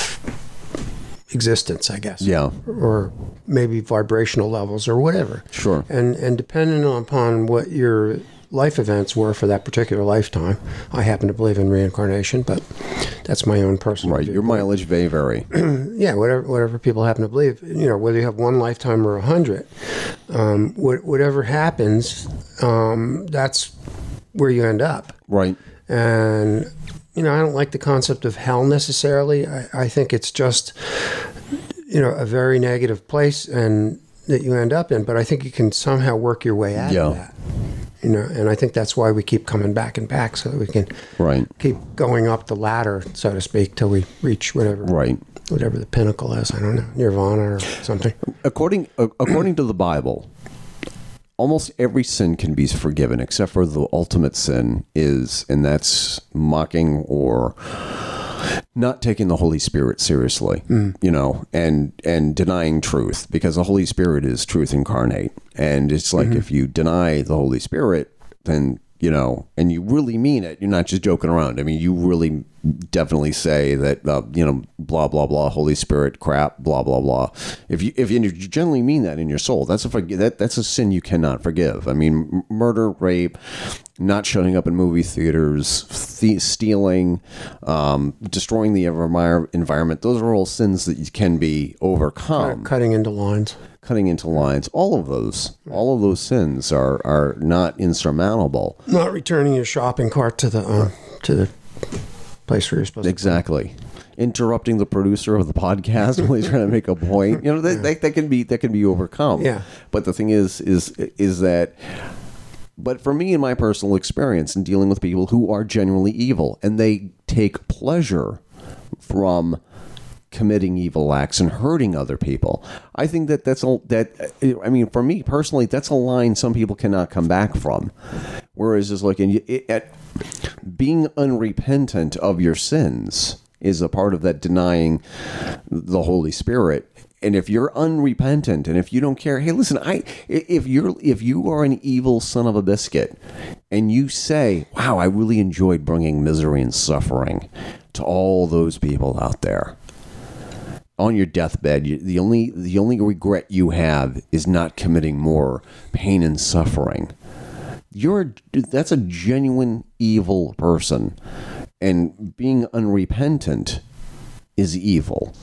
existence, I guess.
yeah
Or maybe vibrational levels or whatever.
Sure.
And and depending upon what your life events were for that particular lifetime, I happen to believe in reincarnation, but that's my own personal
right
view
your mileage may vary
yeah, whatever whatever people happen to believe, you know, whether you have one lifetime or a hundred, um, what, whatever happens, um, that's where you end up.
right
And you know, I don't like the concept of hell necessarily. I, I think it's just you know a very negative place and that you end up in. But I think you can somehow work your way out
Yeah.
of that. You know, and I think that's why we keep coming back and back so that we can
right
keep going up the ladder, so to speak, till we reach whatever
right
whatever the pinnacle is. I don't know, Nirvana or something.
according a- according to the Bible, almost every sin can be forgiven, except for the ultimate sin is, and that's mocking or not taking the Holy Spirit seriously, you know, and and denying truth because the Holy Spirit is truth incarnate, and it's like if you deny the Holy Spirit, then you know, and you really mean it. You're not just joking around. I mean, you really definitely say that uh, you know, blah blah blah, Holy Spirit crap, blah blah blah. If you if you you generally mean that in your soul, that's a forg- that that's a sin you cannot forgive. I mean, m- murder, rape, not showing up in movie theaters, th- stealing, um, destroying the envir- environment. Those are all sins that you can be overcome.
Cutting into lines.
Cutting into lines, all of those, all of those sins are are not insurmountable.
Not returning your shopping cart to the uh, to the place where you're supposed to.
Exactly. Interrupting the producer of the podcast when he's trying to make a point. You know, that, that, that can be that can be overcome.
Yeah.
But the thing is is is that but for me in my personal experience in dealing with people who are genuinely evil and they take pleasure from committing evil acts and hurting other people. I think that that's all that uh, I mean for me personally that's a line some people cannot come back from. Whereas it's like in it, at being unrepentant of your sins is a part of that denying the Holy Spirit and if you're unrepentant and if you don't care hey listen i i- if you're if you are an evil son of a biscuit and you say wow i really enjoyed bringing misery and suffering to all those people out there on your deathbed you, the only the only regret you have is not committing more pain and suffering you're that's a genuine evil person and being unrepentant is evil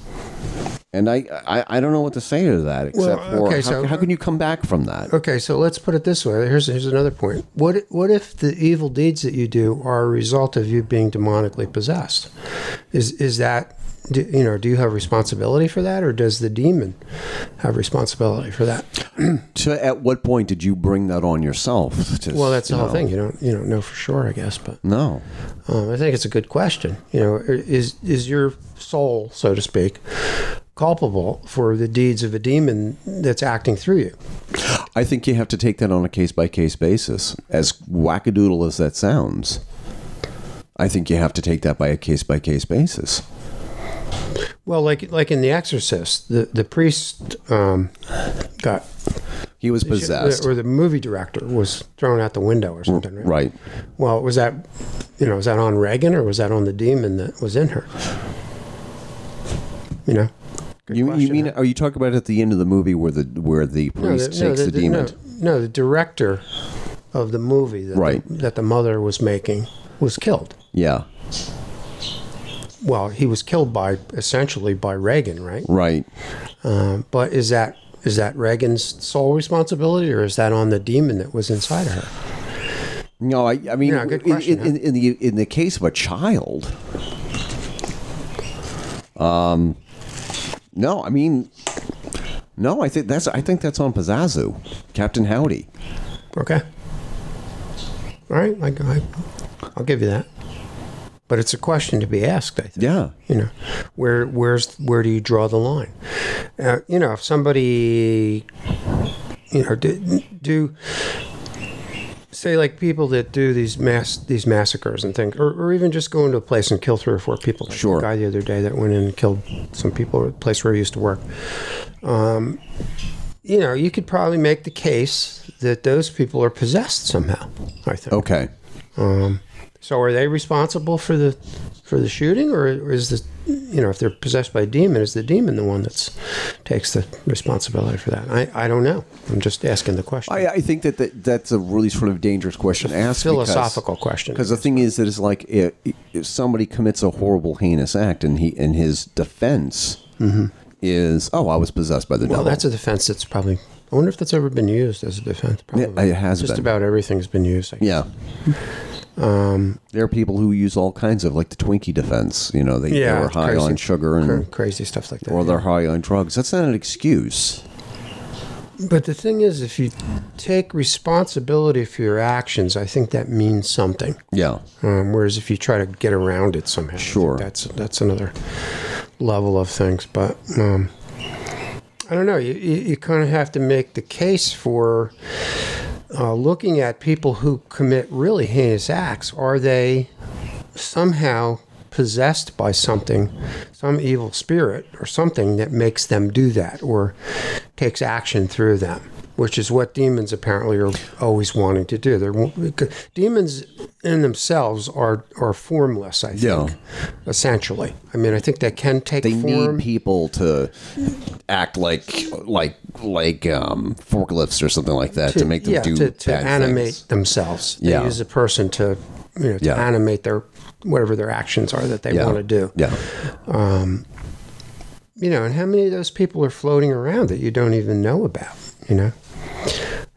and I, I, I don't know what to say to that except
Well,
for
okay,
how,
so-
how can you come back from that?
Okay, so let's put it this way. Here's here's another point. What what if the evil deeds that you do are a result of you being demonically possessed? Is is that do, you know? Do you have responsibility for that, or does the demon have responsibility for that?
To, at what point did you bring that on yourself? To,
Well, that's the
you
whole
know,
thing. You don't you don't know for sure, I guess. But
No.
um, I think it's a good question. You know, is is your soul, so to speak, culpable for the deeds of a demon that's acting through you?
I think you have to take that on a case by case basis. As wackadoodle as that sounds, I think you have to take that by a case by case basis.
Well, like like in The Exorcist, the the priest um, got
He was
the-
possessed.
or the movie director was thrown out the window or something, right?
Right.
Well, was that, you know, was that on Reagan or was that on the demon that was in her? You know,
You, you mean? Are you talking about at the end of the movie where the where the
No,
priest
the- no,
takes
the-
the,
the-
demon?
No, no, the director of the movie that,
Right.
the, that the mother was making was killed.
Yeah.
Well, he was killed by essentially by Reagan, right?
Right.
Um, but is that is that Reagan's sole responsibility or is that on the demon that was inside of her?
No, I, I mean,
Yeah, good
in-
question,
in, in, in the in the case of a child, um, no, I mean, no, I think that's I think that's on Pizzazu, Captain Howdy.
Okay. All right, I, I, I'll give you that. But it's a question to be asked. I think.
Yeah,
You know, where where's where do you draw the line? Uh, you know, if somebody, you know, do, do say like people that do these mass these massacres and things, or, or even just go into a place and kill three or four people. Like
Sure.
The guy the other day that went in and killed some people at a place where he used to work Um, you know, you could probably make the case that those people are possessed somehow. I think.
okay.
So, are they responsible for the for the shooting, or is the you know, if they're possessed by a demon, is the demon the one that's takes the responsibility for that? I, I don't know. I'm just asking the question.
I, I think that, that that's a really sort of dangerous question to ask.
Philosophical question.
Because the thing is that it's like if, if somebody commits a horrible, heinous act, and he and his defense is, "Oh, I was possessed by the
Mm-hmm. Well,
devil."
that's a defense that's probably. I wonder if that's ever been used as a defense. Probably.
it has
Just
been.
about everything's been used. I guess.
Yeah. Um,
Um,
there are people who use all kinds of like the Twinkie defense. You know, they,
Yeah,
they're
it's
high
crazy.
on sugar and
Cra- Crazy stuff like that.
or they're high on drugs. That's not an excuse.
But the thing is, if you take responsibility for your actions, I think that means something.
Yeah.
Um, whereas if you try to get around it somehow, I think
Sure.
that's that's another level of things. But um, I don't know. You you, you kind of have to make the case for uh, looking at people who commit really heinous acts. Are they somehow possessed by something, some evil spirit or something that makes them do that or takes action through them, which is what demons apparently are always wanting to do. They're demons in themselves are are formless. I think,
Yeah.
essentially. I mean, I think they can take
They
form.
need people to act like like like um, forklifts or something like that to, make them
yeah,
do
to, to
bad
animate
things.
themselves. They
Yeah.
use a person to you know to
Yeah.
animate their whatever their actions are that they
Yeah.
want to do.
Yeah.
you know, and how many of those people are floating around that you don't even know about, you know?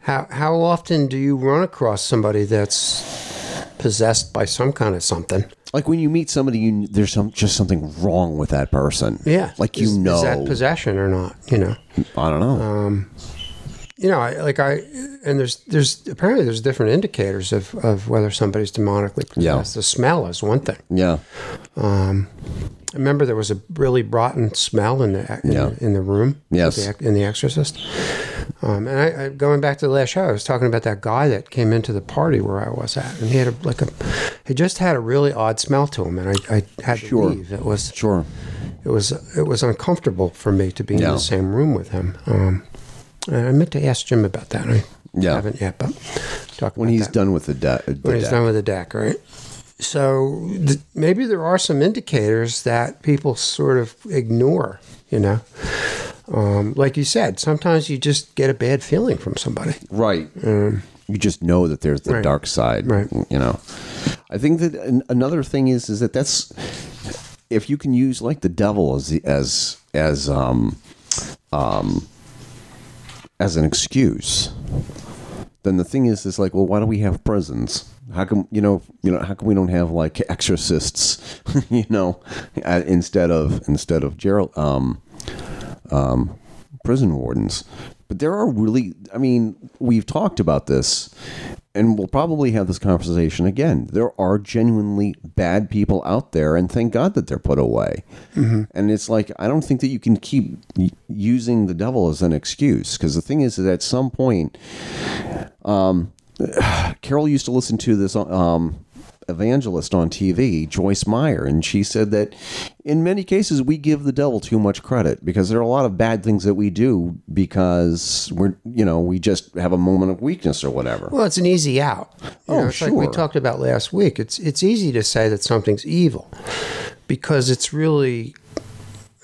How how often do you run across somebody that's possessed by some kind of something?
Like when you meet somebody, you there's some just something wrong with that person.
Yeah.
Like you
is,
know.
is that Uh, possession or not, you know?
I don't know.
you know, I, like I, and there's there's apparently there's different indicators of, of whether somebody's demonically
Yeah.
possessed. The smell is one thing.
yeah.
I remember there was a really rotten smell in the in,
Yeah.
the, in the room.
Yes.
with the, in the Exorcist. Um, and I, I going back to the last show, I was talking about that guy that came into the party where I was at, and he had a, like a, he just had a really odd smell to him, and I, I had to leave. It was
Sure.
it it was it was uncomfortable for me to be in
Yeah.
the same room with him. Um, and I meant to ask Jim about that. I
Yeah.
haven't yet, but talk
when
about
he's
that
done with the, de- the
when he's
deck.
done with the deck, right? So th- maybe there are some indicators that people sort of ignore, you know. Um, like you said, sometimes you just get a bad feeling from somebody.
Right. you just know that there's the
Um, Right.
dark side.
Right.
You know. I think that an, another thing is is that that's if you can use like the devil as the, as as um um as an excuse, then the thing is is like, well, why do we have prisons? How come you know you know how come we don't have like exorcists? you know, uh, instead of instead of Gerald um prison wardens. But there are really, I mean, we've talked about this, and we'll probably have this conversation again. There are genuinely bad people out there, and thank God that they're put away. And it's like, I don't think that you can keep y- using the devil as an excuse, because the thing is that at some point, Carol used to listen to this um, evangelist on TV, Joyce Meyer, and she said that in many cases we give the devil too much credit because there are a lot of bad things that we do because we're you know we just have a moment of weakness or whatever.
Well, it's an easy out. You
Oh,
it's Like we
sure.
talked about last week, it's it's easy to say that something's evil because it's really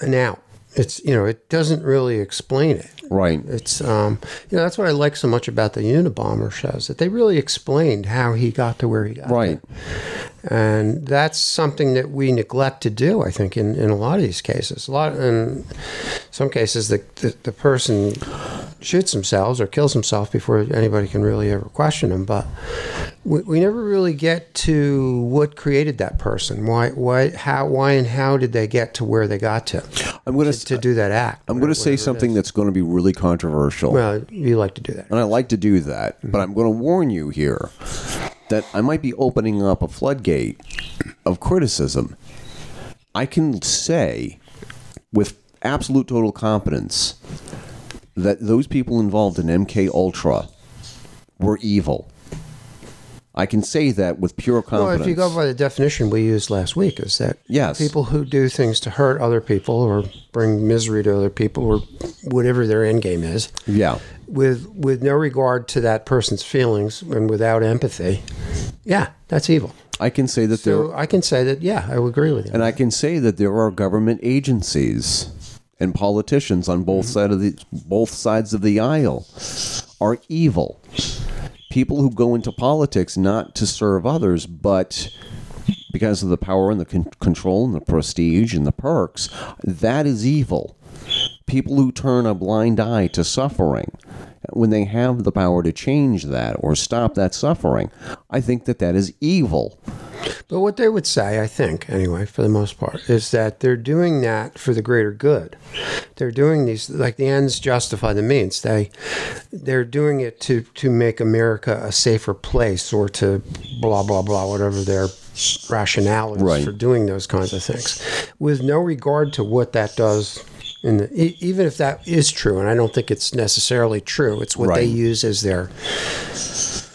an out. It's you know it doesn't really explain it.
Right.
It's um, you know that's what I like so much about the Unabomber shows that they really explained how he got to where he got.
Right.
to. and that's something that we neglect to do. I think in, in a lot of these cases, a lot in some cases, the, the the person shoots themselves or kills himself before anybody can really ever question him. But we, we never really get to what created that person. Why why how why and how did they get to where they got to
I'm gonna
to do that act?
I'm gonna say something that's going to be really controversial.
Well, you like to do that.
and I like to do that,
Mm-hmm.
but I'm going to warn you here that I might be opening up a floodgate of criticism. I can say with absolute total confidence that those people involved in MK Ultra were evil. I can say that with pure confidence.
Well, if you go by the definition we used last week, is that
Yes.
people who do things to hurt other people or bring misery to other people or whatever their end game is,
yeah,
with with no regard to that person's feelings and without empathy, yeah, that's evil.
I can say that there
So I can say that, yeah, I would agree with you.
And I can say that there are government agencies and politicians on both side of the both sides of the aisle are evil. People who go into politics not to serve others, but because of the power and the con- control and the prestige and the perks, that is evil. People who turn a blind eye to suffering when they have the power to change that or stop that suffering, I think that that is evil.
But what they would say, I think, anyway, for the most part, is that they're doing that for the greater good. They're doing these like the ends justify the means. They they're doing it to to make America a safer place or to blah blah blah whatever their rationale is
Right.
for doing those kinds of things, with no regard to what that does. In the, e- even if that is true, and I don't think it's necessarily true, it's what they
Right.
use as their,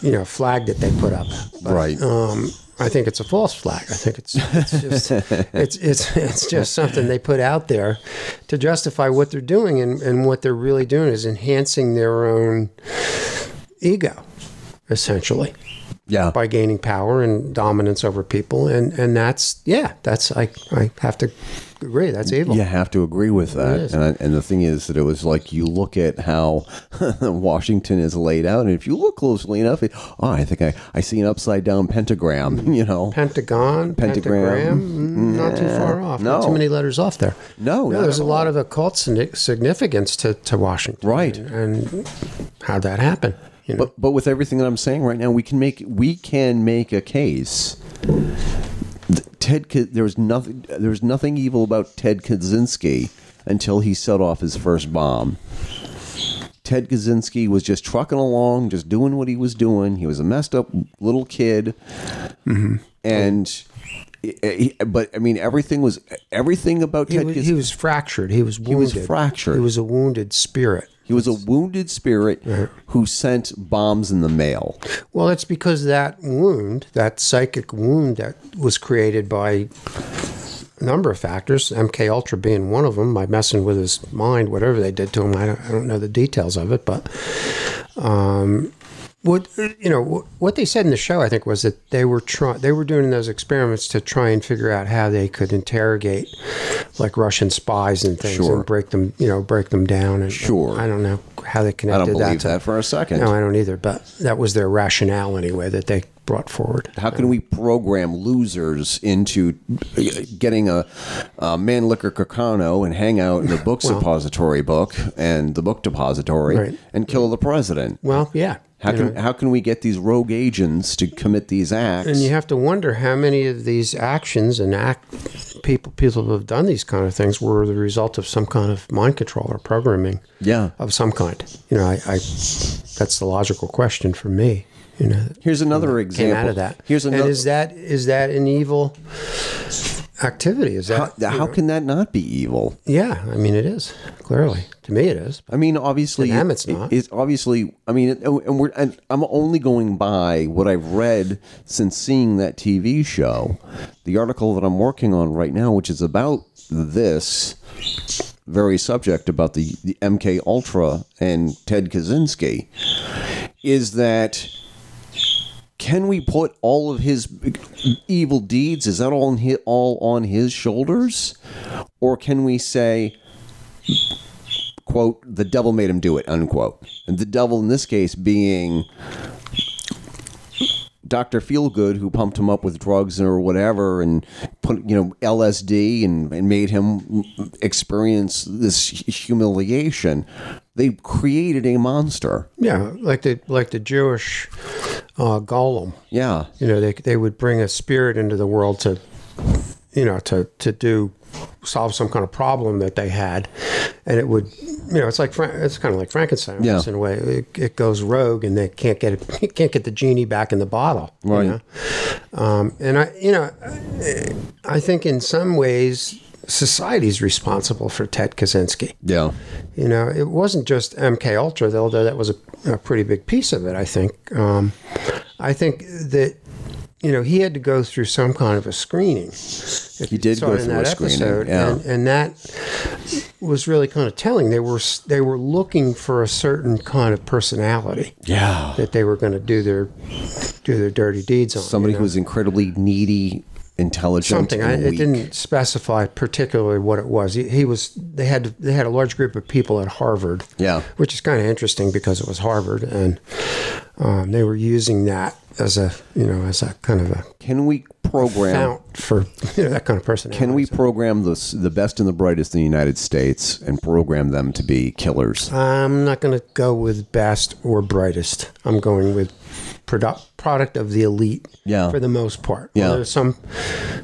you know, flag that they put up. But,
Right.
um, I think it's a false flag. I think it's it's just it's, it's it's just something they put out there to justify what they're doing and, and what they're really doing is enhancing their own ego, essentially,
Yeah.
by gaining power and dominance over people and, and that's yeah, that's I I have to agree, that's evil.
You have to agree with that.
is.
And, I, and the thing is that it was like you look at how Washington is laid out, and if you look closely enough, it, oh, I think I, I see an upside down pentagram, you know.
Pentagon,
Pentagram.
pentagram, mm, not too far off. Not
No.
too many letters off there.
No, not
there's
at
a lot
all.
of occult signi- significance to, to Washington.
Right.
And how'd that happen? You know,
But but with everything that I'm saying right now, we can make we can make a case. Th- Ted, Ki- there was nothing. There was nothing evil about Ted Kaczynski until he set off his first bomb. Ted Kaczynski was just trucking along, just doing what he was doing. He was a messed up little kid,
Mm-hmm.
and he- eh, he- but I mean, everything was everything about
he,
Ted.
was,
Kaczynski,
he was fractured. He was wounded.
was fractured.
He was a wounded spirit.
he was a wounded spirit who sent bombs in the mail.
Well, it's because that wound, that psychic wound that was created by number of factors, MK Ultra being one of them, by messing with his mind, whatever they did to him. I don't, I don't know the details of it, but um, what you know what- what they said in the show, I think, was that they were trying they were doing those experiments to try and figure out how they could interrogate like Russian spies and things
Sure.
and break them, you know, break them down. And
Sure.
I don't know how they
I
connected
don't believe
to,
that for a second.
No, I don't either. But that was their rationale anyway that they brought forward.
How can we program losers into getting a, a man liquor Kakano and hang out in the books depository book and the book depository
Right.
and kill the president?
Well, yeah.
How
you
can
know.
how can we get these rogue agents to commit these acts?
And you have to wonder how many of these actions and act people people who have done these kind of things were the result of some kind of mind control or programming
yeah.
of some kind. You know, I, I that's the logical question for me. You know, that
Here's another
came
example.
out of that.
Here's
and
another.
is that is that an evil activity? Is
how,
that you
how
know-
can that not be evil?
yeah? I mean, it is clearly to me it is.
I mean, obviously,
To them, it's not.
It's obviously. I mean, it- and we're. And I'm only going by what I've read since seeing that TV show. The article that I'm working on right now, which is about this very subject about the, the MK Ultra and Ted Kaczynski, is that can we put all of his evil deeds? Is that all on his, all on his shoulders, or can we say? quote, the devil made him do it, unquote. And the devil in this case being Dr. Feelgood, who pumped him up with drugs or whatever and put, you know, LSD and, and made him experience this humiliation. They created a monster.
Yeah, like the like the Jewish uh, golem.
Yeah.
you know they, they would bring a spirit into the world to you know to to do solve some kind of problem that they had and it would you know it's like Fra- it's kind of like frankenstein almost
Yeah.
in a way it, it goes rogue and they can't get it can't get the genie back in the bottle
Right.
you know? um, and i you know i think in some ways society's responsible for ted kaczynski
Yeah.
you know, it wasn't just MK Ultra, although that was a, a pretty big piece of it. I think. Um, I think that you know he had to go through some kind of a screening. If
He did
you saw
go
it in
through
that
a screening,
episode,
yeah.
and, and that was really kind of telling. They were s- they were looking for a certain kind of personality
Yeah.
that they were going to do their do their dirty deeds on. you
Somebody
know?
who was incredibly needy, intelligent,
something. I,
and
it
weak.
didn't specify particularly what it was. He, he was. They had. They had a large group of people at Harvard.
Yeah.
which is kind of interesting because it was Harvard, and um, they were using that as a you know as a kind of a
Can we program?
fount for you know that kind of person.
Can we program the s- the best and the brightest in the United States and program them to be killers?
I'm not going to go with best or brightest. I'm going with product product of the elite.
Yeah.
for the most part.
Yeah.
Although some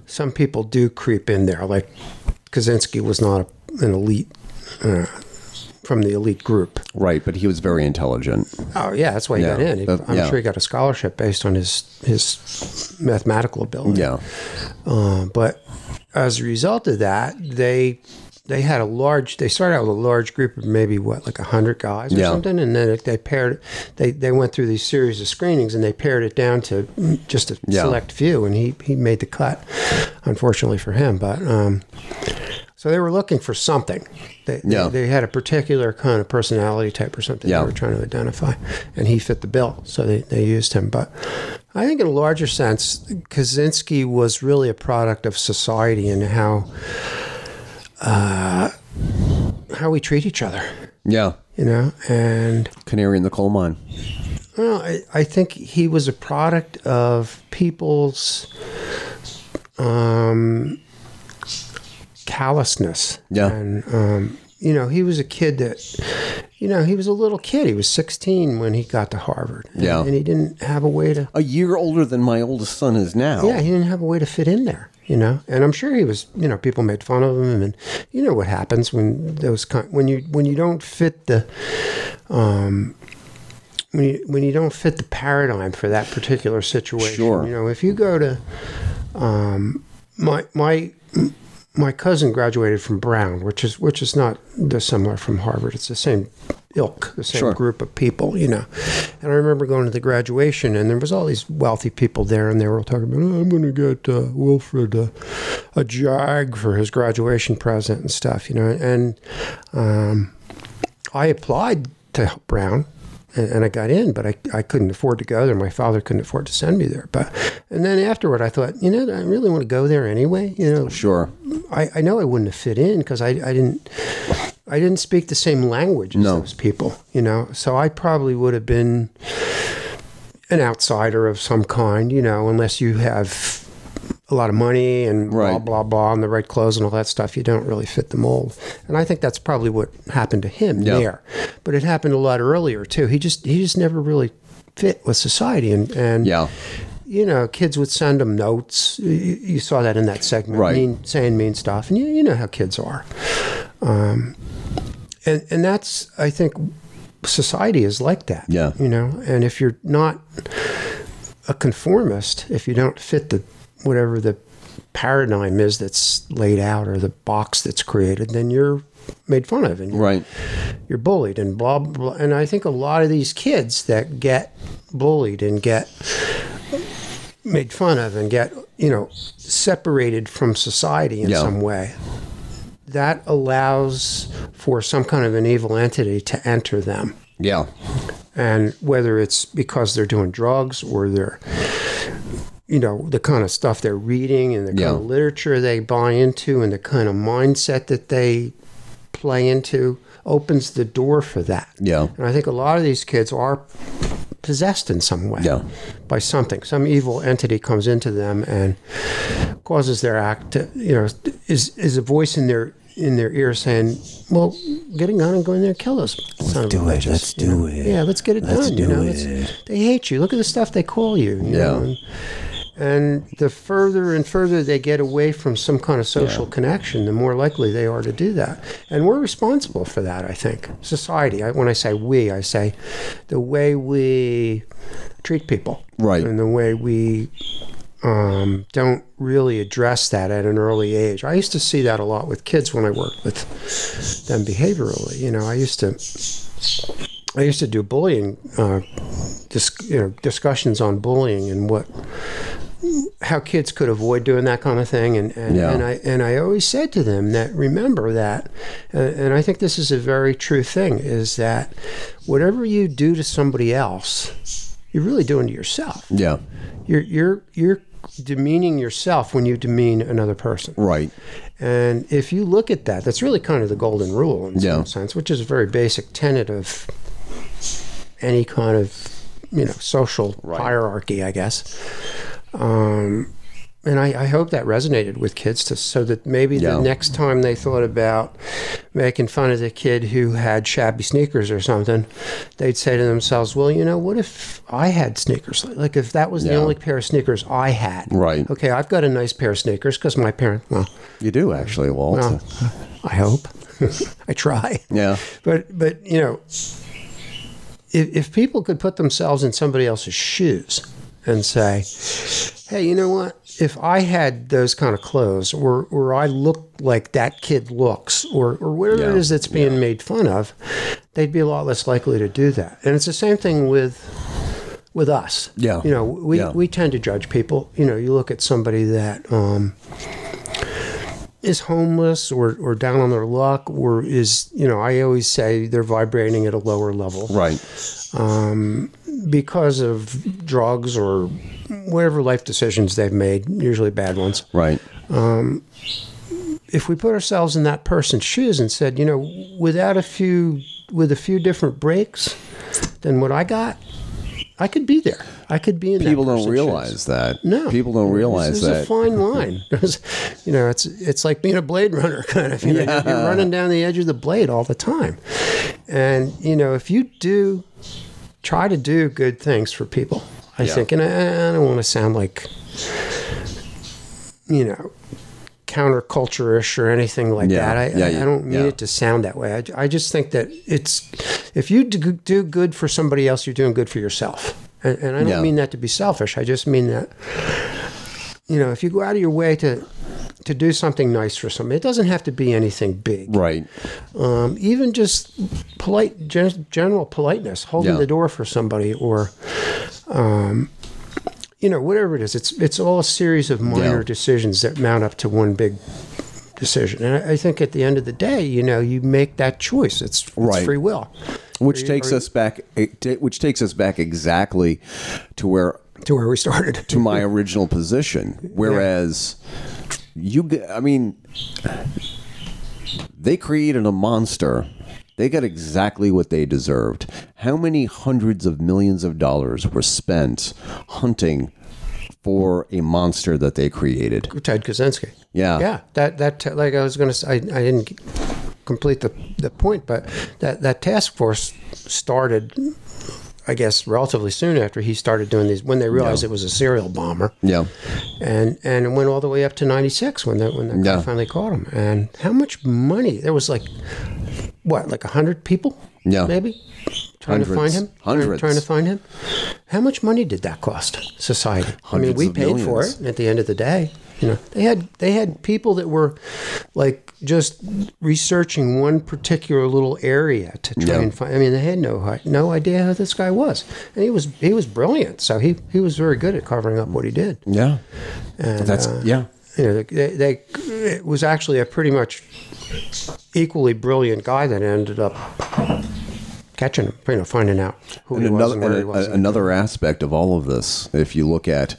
some people do creep in there. Like Kaczynski was not an elite uh, from the elite group.
Right, but he was very intelligent.
Oh yeah, that's why he
Yeah.
got in. He-
That-
I'm
yeah.
sure he got a scholarship based on his his mathematical ability.
Yeah,
Uh, but as a result of that, they they had a large. They started out with a large group of maybe what like hundred guys or
Yeah.
something, and then they paired. They they went through these series of screenings and they pared it down to just a
Yeah.
select few, and he he made the cut. Unfortunately for him, but. Um, so they were looking for something. They, they-
Yeah.
they, had a particular kind of personality type or something
Yeah.
they were trying to identify, and he fit the bill, so they, they used him. But I think in a larger sense, Kaczynski was really a product of society and how uh, how we treat each other,
yeah.
you know. And
Canary in the coal mine.
well, I, I think he was a product of people's um, callousness.
Yeah.
And, um, you know, he was a kid that, you know, he was a little kid. He was 16 when he got to Harvard. And-
Yeah.
And he didn't have a way to,
A year older than my oldest son is now.
yeah, he didn't have a way to fit in there, you know. And I'm sure he was, you know, people made fun of him. And you know what happens when those, kind, when you, when you don't fit the, when you, when you don't fit the paradigm for that particular situation.
Sure.
You know, if you go to um, my my my cousin graduated from Brown, which is which is not dissimilar from Harvard. It's the same ilk, the same
Sure.
group of people, you know. And I remember going to the graduation, and there was all these wealthy people there, and they were all talking about, oh, I'm going to get uh, Wilfred uh, a jag for his graduation present and stuff, you know. And um, I applied to Brown. And, and I got in, but I, I couldn't afford to go there. My father couldn't afford to send me there. But and then afterward, I thought, you know, I really want to go there anyway. You know,
Sure.
I, I know I wouldn't have fit in because I, I didn't I didn't speak the same language as
No.
those people, you know. So I probably would have been an outsider of some kind, you know, unless you have a lot of money and blah
Right.
blah blah and the right clothes and all that stuff. You don't really fit the mold, and I think that's probably what happened to him
Yeah.
there. But it happened a lot earlier too. He just he just never really fit with society and and
Yeah.
you know, kids would send them notes. You, you saw that in that segment,
Right.
mean, saying mean stuff, and you, you know how kids are. Um, and and that's I think society is like that.
Yeah.
you know, and if you're not a conformist, if you don't fit the whatever the paradigm is that's laid out or the box that's created, then you're made fun of and you're
Right.
you're bullied and blah, blah blah and i think a lot of these kids that get bullied and get made fun of and get you know separated from society in
Yeah.
some way that allows for some kind of an evil entity to enter them
Yeah.
and whether it's because they're doing drugs or they're you know the kind of stuff they're reading and the kind
Yeah.
of literature they buy into and the kind of mindset that they play into opens the door for that
Yeah.
and i think a lot of these kids are possessed in some way
Yeah.
by something some evil entity comes into them and causes their act to you know is is a voice in their in their ear saying, "Well, getting on and going there and kill us." Let's
do it. Let's
you know?
do it.
Yeah, let's get it
Let's
done. you
do
know, It's-
it.
they hate you. Look at the stuff they call you.
Yeah.
you know, and- And the further and further they get away from some kind of social connection, the more likely they are to do that. And we're responsible for that, I think. Society. I, when I say we, I say the way we treat people,
Right.
And the way we um, don't really address that at an early age. I used to see that a lot with kids when I worked with them behaviorally. You know, I used to I used to do bullying, uh, dis- you know, discussions on bullying and what how kids could avoid doing that kind of thing. And and,
Yeah.
and I and I always said to them that remember that, uh, and I think this is a very true thing is that whatever you do to somebody else, you're really doing to yourself.
Yeah.
You're you're you're demeaning yourself when you demean another person.
Right.
And if you look at that, that's really kind of the golden rule in
Yeah.
some sense, which is a very basic tenet of any kind of you know social hierarchy, I guess. Um, and I, I hope that resonated with kids, to, so that maybe
Yeah.
the next time they thought about making fun of the kid who had shabby sneakers or something, they'd say to themselves, "Well, you know, what if I had sneakers? Like if that was the
Yeah.
only pair of sneakers I had,
Right.
Okay, I've got a nice pair of sneakers because my parent, well."
You do actually, Walt.
Well, I hope. I try.
Yeah.
But but you know, if, if people could put themselves in somebody else's shoes and say, "Hey, you know what? If I had those kind of clothes, or or I looked like that kid looks, or or whatever it
Yeah,
is that's being made fun of," they'd be a lot less likely to do that. And it's the same thing with with us.
Yeah.
You know, we,
Yeah.
we tend to judge people. You know, you look at somebody that um, is homeless or, or down on their luck or is, you know, I always say they're vibrating at a lower level Um,
Right.
because of drugs or whatever life decisions they've made, usually bad ones.
Right.
If we put ourselves in that person's shoes and said, you know, without a few, with a few different breaks than what I got, I could be there. I could be in that
People don't
person's
realize
shoes.
that.
No,
People don't realize
It's there's
that.
a fine line. There's, you know, it's it's like being a Blade Runner kind of. You know, you're- you're running down the edge of the blade all the time, and you know if you do try to do good things for people, I think, and I, I don't want to sound like, you know. Counterculture-ish or anything like
Yeah,
that. I,
yeah,
I,
yeah,
I don't mean
yeah.
it to sound that way. I, I just think that it's if you do, do good for somebody else, you're doing good for yourself. And, and I don't
Yeah.
mean that to be selfish. I just mean that you know, if you go out of your way to to do something nice for somebody. It doesn't have to be anything big.
Right.
Um, even just polite, gen- general politeness, holding
Yeah.
the door for somebody, or um, you know, whatever it is. It's it's all a series of minor
Yeah.
decisions that mount up to one big decision. And I, I think at the end of the day, you know, you make that choice. It's, it's
Right.
free will.
Which takes us back. it ta- Which takes us back exactly to where
To where we started.
to my original position. Whereas you, g- I mean, they created a monster. They got exactly what they deserved. How many hundreds of millions of dollars were spent hunting for a monster that they created?
Ted Kaczynski.
Yeah.
yeah. That that ta- like I was gonna, say, I I didn't c- complete the the point, but that that task force started, I guess, relatively soon after he started doing these when they realized it was a serial bomber,
Yeah.
and and it went all the way up to '96 when that when that
Yeah.
guy finally caught him. And how much money? There was like what, like hundred people?
Yeah.
maybe. Trying to find
Hundreds.
him. Trying-
Hundreds.
Trying to find him. How much money did that cost society? I
Hundreds
mean, we
of
paid for
millions.
it at the end of the day. You know, they had they had people that were like just researching one particular little area to try
Yeah.
and find. I mean, they had no hi- no idea who this guy was, and he was he was brilliant. So he he was very good at covering up what he did.
Yeah.
And,
That's
uh,
yeah.
you know, they, they it was actually a pretty much equally brilliant guy that ended up catching him, you know, finding out who
And
he was
another
and where he
and
was.
a- another aspect of all of this, if you look at,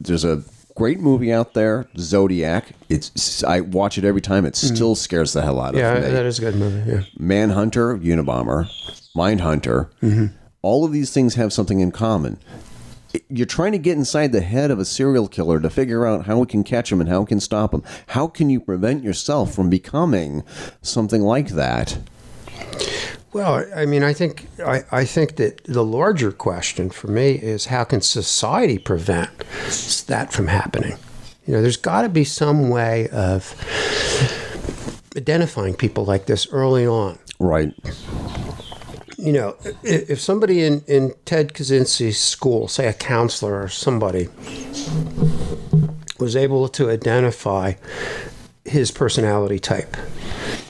there's a great movie out there, Zodiac. It's I watch it every time. It still scares the hell out of
Mm-hmm. yeah,
me.
that is a good movie. Yeah,
Manhunter, Unabomber, Mindhunter.
Mm-hmm.
All of these things have something in common. You're trying to get inside the head of a serial killer to figure out how we can catch him and how we can stop him. How can you prevent yourself from becoming something like that?
Well, I mean, I think I, I think that the larger question for me is how can society prevent that from happening? You know, there's got to be some way of identifying people like this early on.
Right.
You know, i- if somebody in, in Ted Kaczynski's school, say a counselor or somebody, was able to identify his personality type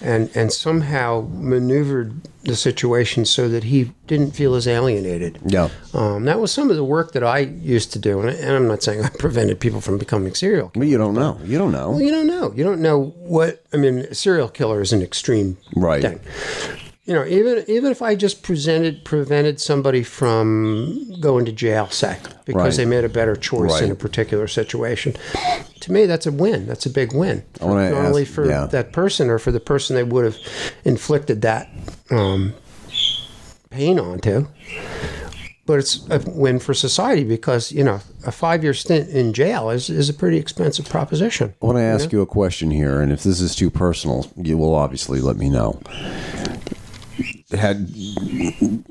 and and somehow maneuvered the situation so that he didn't feel as alienated.
Yeah.
Um, that was some of the work that I used to do, and, I, and I'm not saying I prevented people from becoming serial. killers.
Well, you don't know. You don't know.
Well, you don't know. You don't know what I mean. a Serial killer is an extreme
Right.
thing. You know, even even if I just presented prevented somebody from going to jail, say because
Right.
they made a better choice in
Right.
a particular situation, to me that's a win. That's a big win. Not
wanna
only
ask-
for
yeah.
that person or for the person they would have inflicted that um, pain onto, but it's a win for society because you know a five year stint in jail is is a pretty expensive proposition.
I want to ask you a question here, and if this is too personal, you will obviously let me know. Had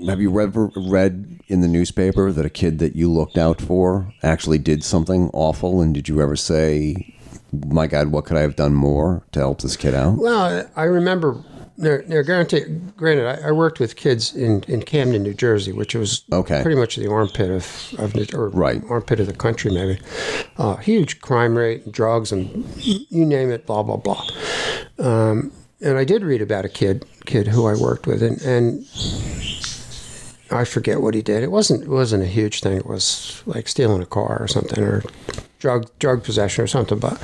have you ever read in the newspaper that a kid that you looked out for actually did something awful, and did you ever say, "My God, what could I have done more to help this kid out?"
Well, I remember. Now, now granted, granted I, I worked with kids in, in Camden, New Jersey, which was
Okay.
pretty much the armpit of, of New, or
Right.
armpit of the country, maybe. Uh, huge crime rate, drugs, and you name it, blah blah blah. Um, and I did read about a kid kid who I worked with, and, and I forget what he did. It wasn't it wasn't a huge thing. It was like stealing a car or something, or drug drug possession or something. But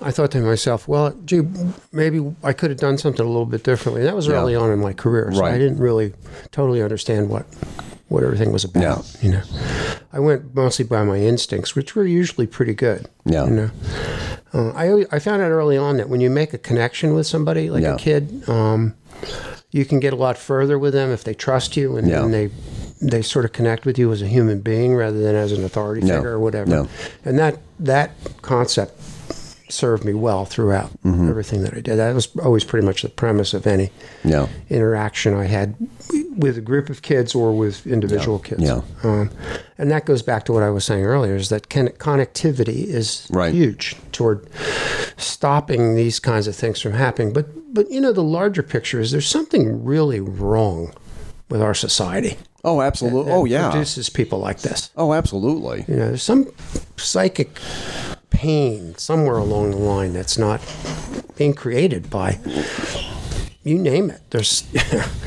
I thought to myself, well, gee, maybe I could have done something a little bit differently. That was early on in my career, so I
Right.
didn't really totally understand what what everything was about.
Yeah.
You know, I went mostly by my instincts, which were usually pretty good.
Yeah.
You know, uh, I always- I found out early on that when you make a connection with somebody, like
Yeah.
a kid, um, you can get a lot further with them if they trust you and,
Yeah.
and they they sort of connect with you as a human being rather than as an authority
Yeah.
figure or whatever.
Yeah.
And that that concept served me well throughout
Mm-hmm.
everything that I did. That was always pretty much the premise of any
Yeah,
interaction I had w- with a group of kids or with individual kids.
Yeah.
Um, and that goes back to what I was saying earlier is that con- connectivity is
Right.
huge toward stopping these kinds of things from happening. But, but, you know, the larger picture is there's something really wrong with our society.
Oh,
uh,
absolutely.
that
Oh, yeah.
Produces people like this.
Oh, absolutely.
You know, there's some psychic pain somewhere along the line that's not being created by you name it. There's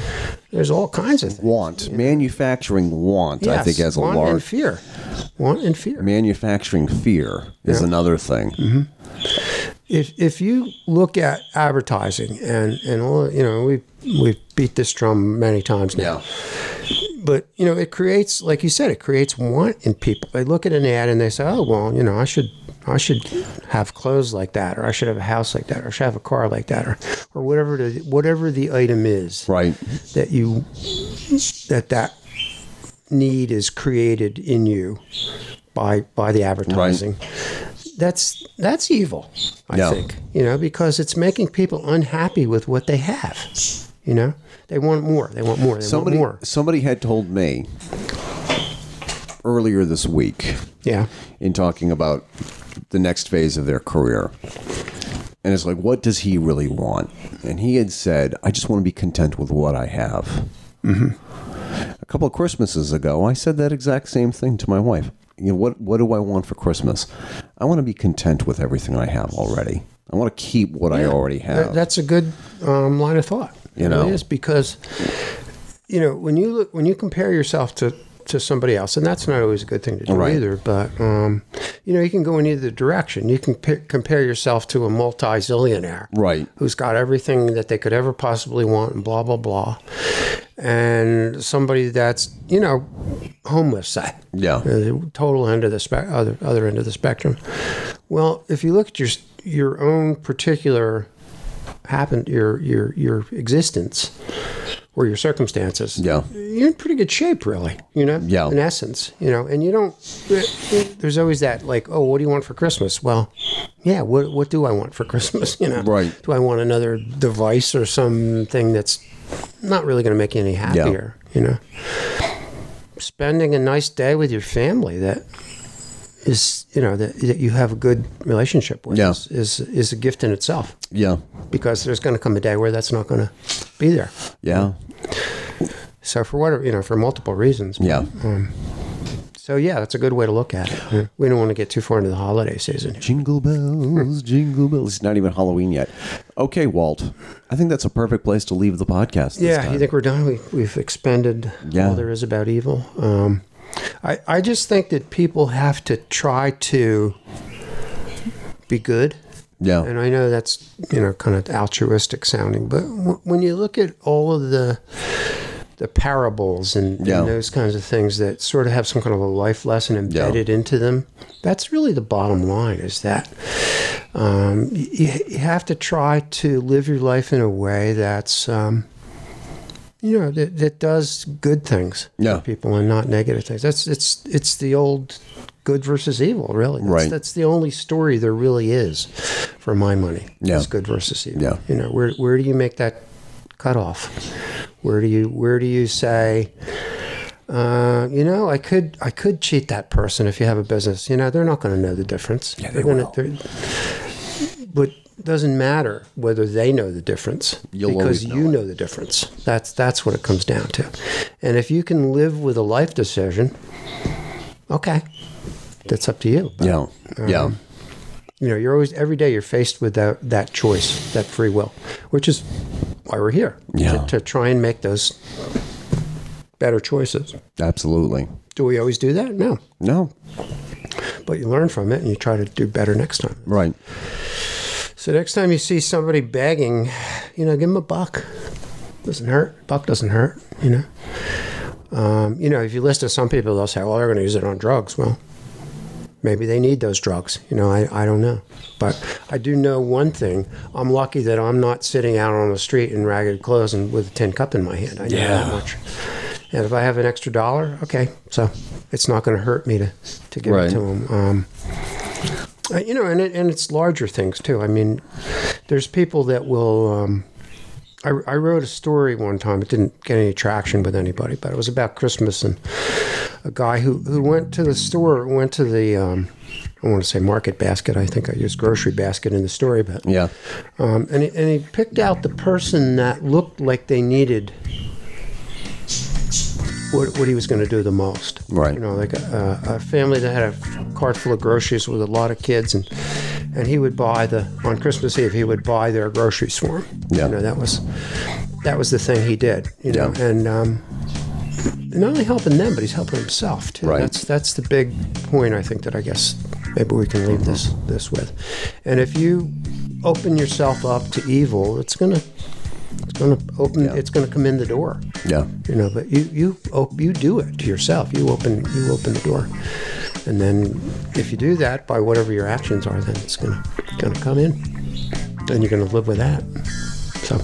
there's all kinds of things.
want manufacturing want i
Yes,
think has a
want and
large
fear, want and fear.
manufacturing fear is
Yeah. Mm-hmm.
another thing
if if you look at advertising and and all you know we we beat this drum many times now but you know it creates like you said it creates want in people they look at an ad and they say oh well you know i should i should have clothes like that or i should have a house like that or i should have a car like that or or whatever the, whatever the item is
right
that you that that need is created in you by by the advertising that's that's evil i
Yeah.
think you know because it's making people unhappy with what they have you know they want more they want more they
somebody
want more
somebody had told me earlier this week
yeah
in talking about the next phase of their career. And it's like, what does he really want? And he had said, I just want to be content with what I have. A couple of Christmases ago, I said that exact same thing to my wife. You know, what, what do I want for Christmas? I want to be content with everything I have already. I want to keep what I already
That-
have.
that's a good um, line of thought.
You
It really
know.
is because you know when you look when you compare yourself to to somebody else, and that's not always a good thing to do
Right.
either. But um, you know, you can go in either direction. You can p- compare yourself to a multi-zillionaire,
Right.
Who's got everything that they could ever possibly want, and blah blah blah, and somebody that's you know homeless, say
yeah.
uh, the total end of the spe- other other end of the spectrum. Well, if you look at your s- your own particular happen your your your existence or your circumstances,
Yeah.
you're in pretty good shape, really. You know,
Yeah.
in essence, you know, and you don't. There's always that like, oh, what do you want for Christmas? Well, yeah, what what do I want for Christmas? You know,
Right.
Do I want another device or something that's not really going to make you any happier? You know spending a nice day with your family that is you know that, that you have a good relationship with
Yeah.
is, is is a gift in itself
Yeah.
because there's going to come a day where that's not going to be there
Yeah.
so for whatever you know for multiple reasons
Yeah.
so yeah that's a good way to look at it we don't want to get too far into the holiday season
Jingle bells, jingle bells. It's not even Halloween yet. Okay, Walt. I think that's a perfect place to leave the podcast. This
yeah
time.
you think we're done we, we've expended
Yeah.
all there is about evil um, I, I just think that people have to try to be good
yeah,
And I know that's you know kind of altruistic sounding, but w- when you look at all of the the parables and, and
Yeah.
those kinds of things that sort of have some kind of a life lesson embedded into them, that's really the bottom line. Is that um, you, you have to try to live your life in a way that's um, you know that, that does good things
Yeah.
for people and not negative things. That's it's it's the old good versus evil, really. That's,
Right.
That's the only story there really is, for my money.
Yeah.
It's good versus evil.
Yeah.
You know where where do you make that cutoff? Where do you where do you say? Uh, you know, I could I could cheat that person if you have a business. You know, they're not going to know the difference. Yeah,
they
are gonna,
will.
they're, but it doesn't matter whether they know the difference
You'll always
because you know the difference. That's that's what it comes down to. And if you can live with a life decision, okay, that's up to you. But,
yeah, yeah,
You know, you're always every day you're faced with that that choice, that free will, which is why we're here
Yeah.
to, to try and make those better choices.
absolutely.
Do we always do that? No,
No,
but you learn from it and you try to do better next time.
right?
So next time you see somebody begging, you know, give them a buck. Doesn't hurt. Buck doesn't hurt. You know. Um, you know, if you listen to some people, they'll say, "Well, they're going to use it on drugs." Well, maybe they need those drugs. You know, I, I don't know, but I do know one thing: I'm lucky that I'm not sitting out on the street in ragged clothes and with a tin cup in my hand. I know that much. And if I have an extra dollar, okay, so it's not going to hurt me to to give
Right.
it to them. Um, uh, you know, and it, and it's larger things too. I mean, there's people that will. Um, I, I wrote a story one time. It didn't get any traction with anybody, but it was about Christmas and a guy who, who went to the store, went to the, um, I want to say market basket. I think I used grocery basket in the story, but
Yeah,
um, and, he, and he picked out the person that looked like they needed what, what he was going to do the most.
Right.
You know, like uh, a, a family that had a cart full of groceries with a lot of kids, and and he would buy the on Christmas Eve he would buy their groceries for them.
Yeah.
You know that was that was the thing he did. You know,
Yeah.
and um, not only helping them, but he's helping himself too.
Right.
That's that's the big point I think that I guess maybe we can leave this this with. And if you open yourself up to evil, it's gonna it's gonna open it's gonna come in the door.
Yeah.
You know, but you you op- you do it to yourself. You open you open the door, and then if you do that by whatever your actions are, then it's gonna gonna come in, and you're gonna live with that. So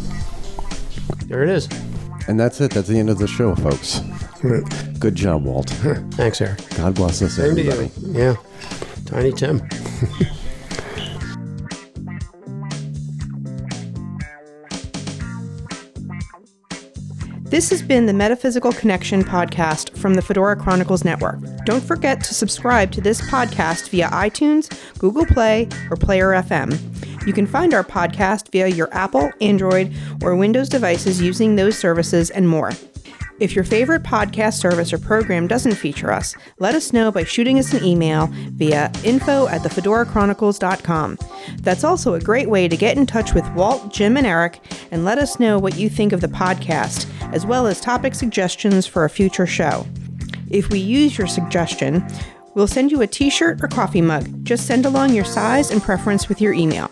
there it is.
And that's it. That's the end of the show, folks. Good job, Walt.
Thanks, Eric.
God bless us,
Same to
everybody.
you. Yeah. Tiny Tim.
This has been the Metaphysical Connection podcast from the Fedora Chronicles Network. Don't forget to subscribe to this podcast via iTunes, Google Play, or Player FM. You can find our podcast via your Apple, Android, or Windows devices using those services and more. If your favorite podcast service or program doesn't feature us, let us know by shooting us an email via info at thefedorachronicles.com. That's also a great way to get in touch with Walt, Jim, and Eric and let us know what you think of the podcast, as well as topic suggestions for a future show. If we use your suggestion, we'll send you a t shirt or coffee mug. Just send along your size and preference with your email.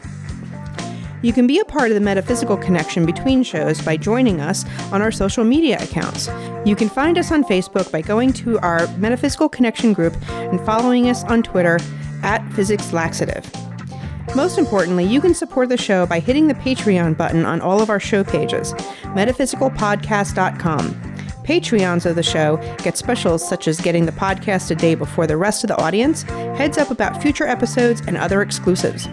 You can be a part of the metaphysical connection between shows by joining us on our social media accounts. You can find us on Facebook by going to our Metaphysical Connection group and following us on Twitter at Physics Laxative. Most importantly, you can support the show by hitting the Patreon button on all of our show pages, metaphysicalpodcast.com. Patreons of the show get specials such as getting the podcast a day before the rest of the audience, heads up about future episodes, and other exclusives.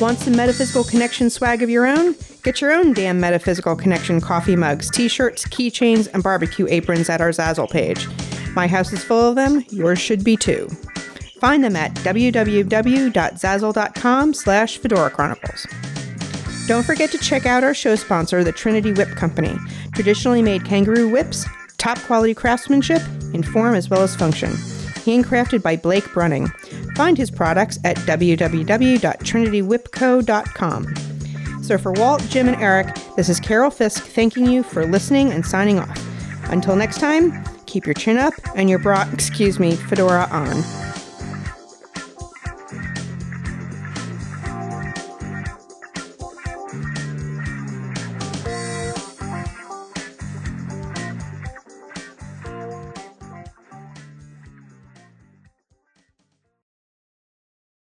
Want some metaphysical connection swag of your own? Get your own damn metaphysical connection coffee mugs, t shirts, keychains, and barbecue aprons at our Zazzle page. My house is full of them, yours should be too. Find them at www.zazzle.com slash Fedora Chronicles. Don't forget to check out our show sponsor, the Trinity Whip Company. Traditionally made kangaroo whips, top quality craftsmanship in form as well as function. Handcrafted by Blake Brunning. Find his products at www.trinitywhipco.com. So for Walt, Jim, and Eric, this is Carol Fisk thanking you for listening and signing off. Until next time, keep your chin up and your bra, excuse me, fedora on.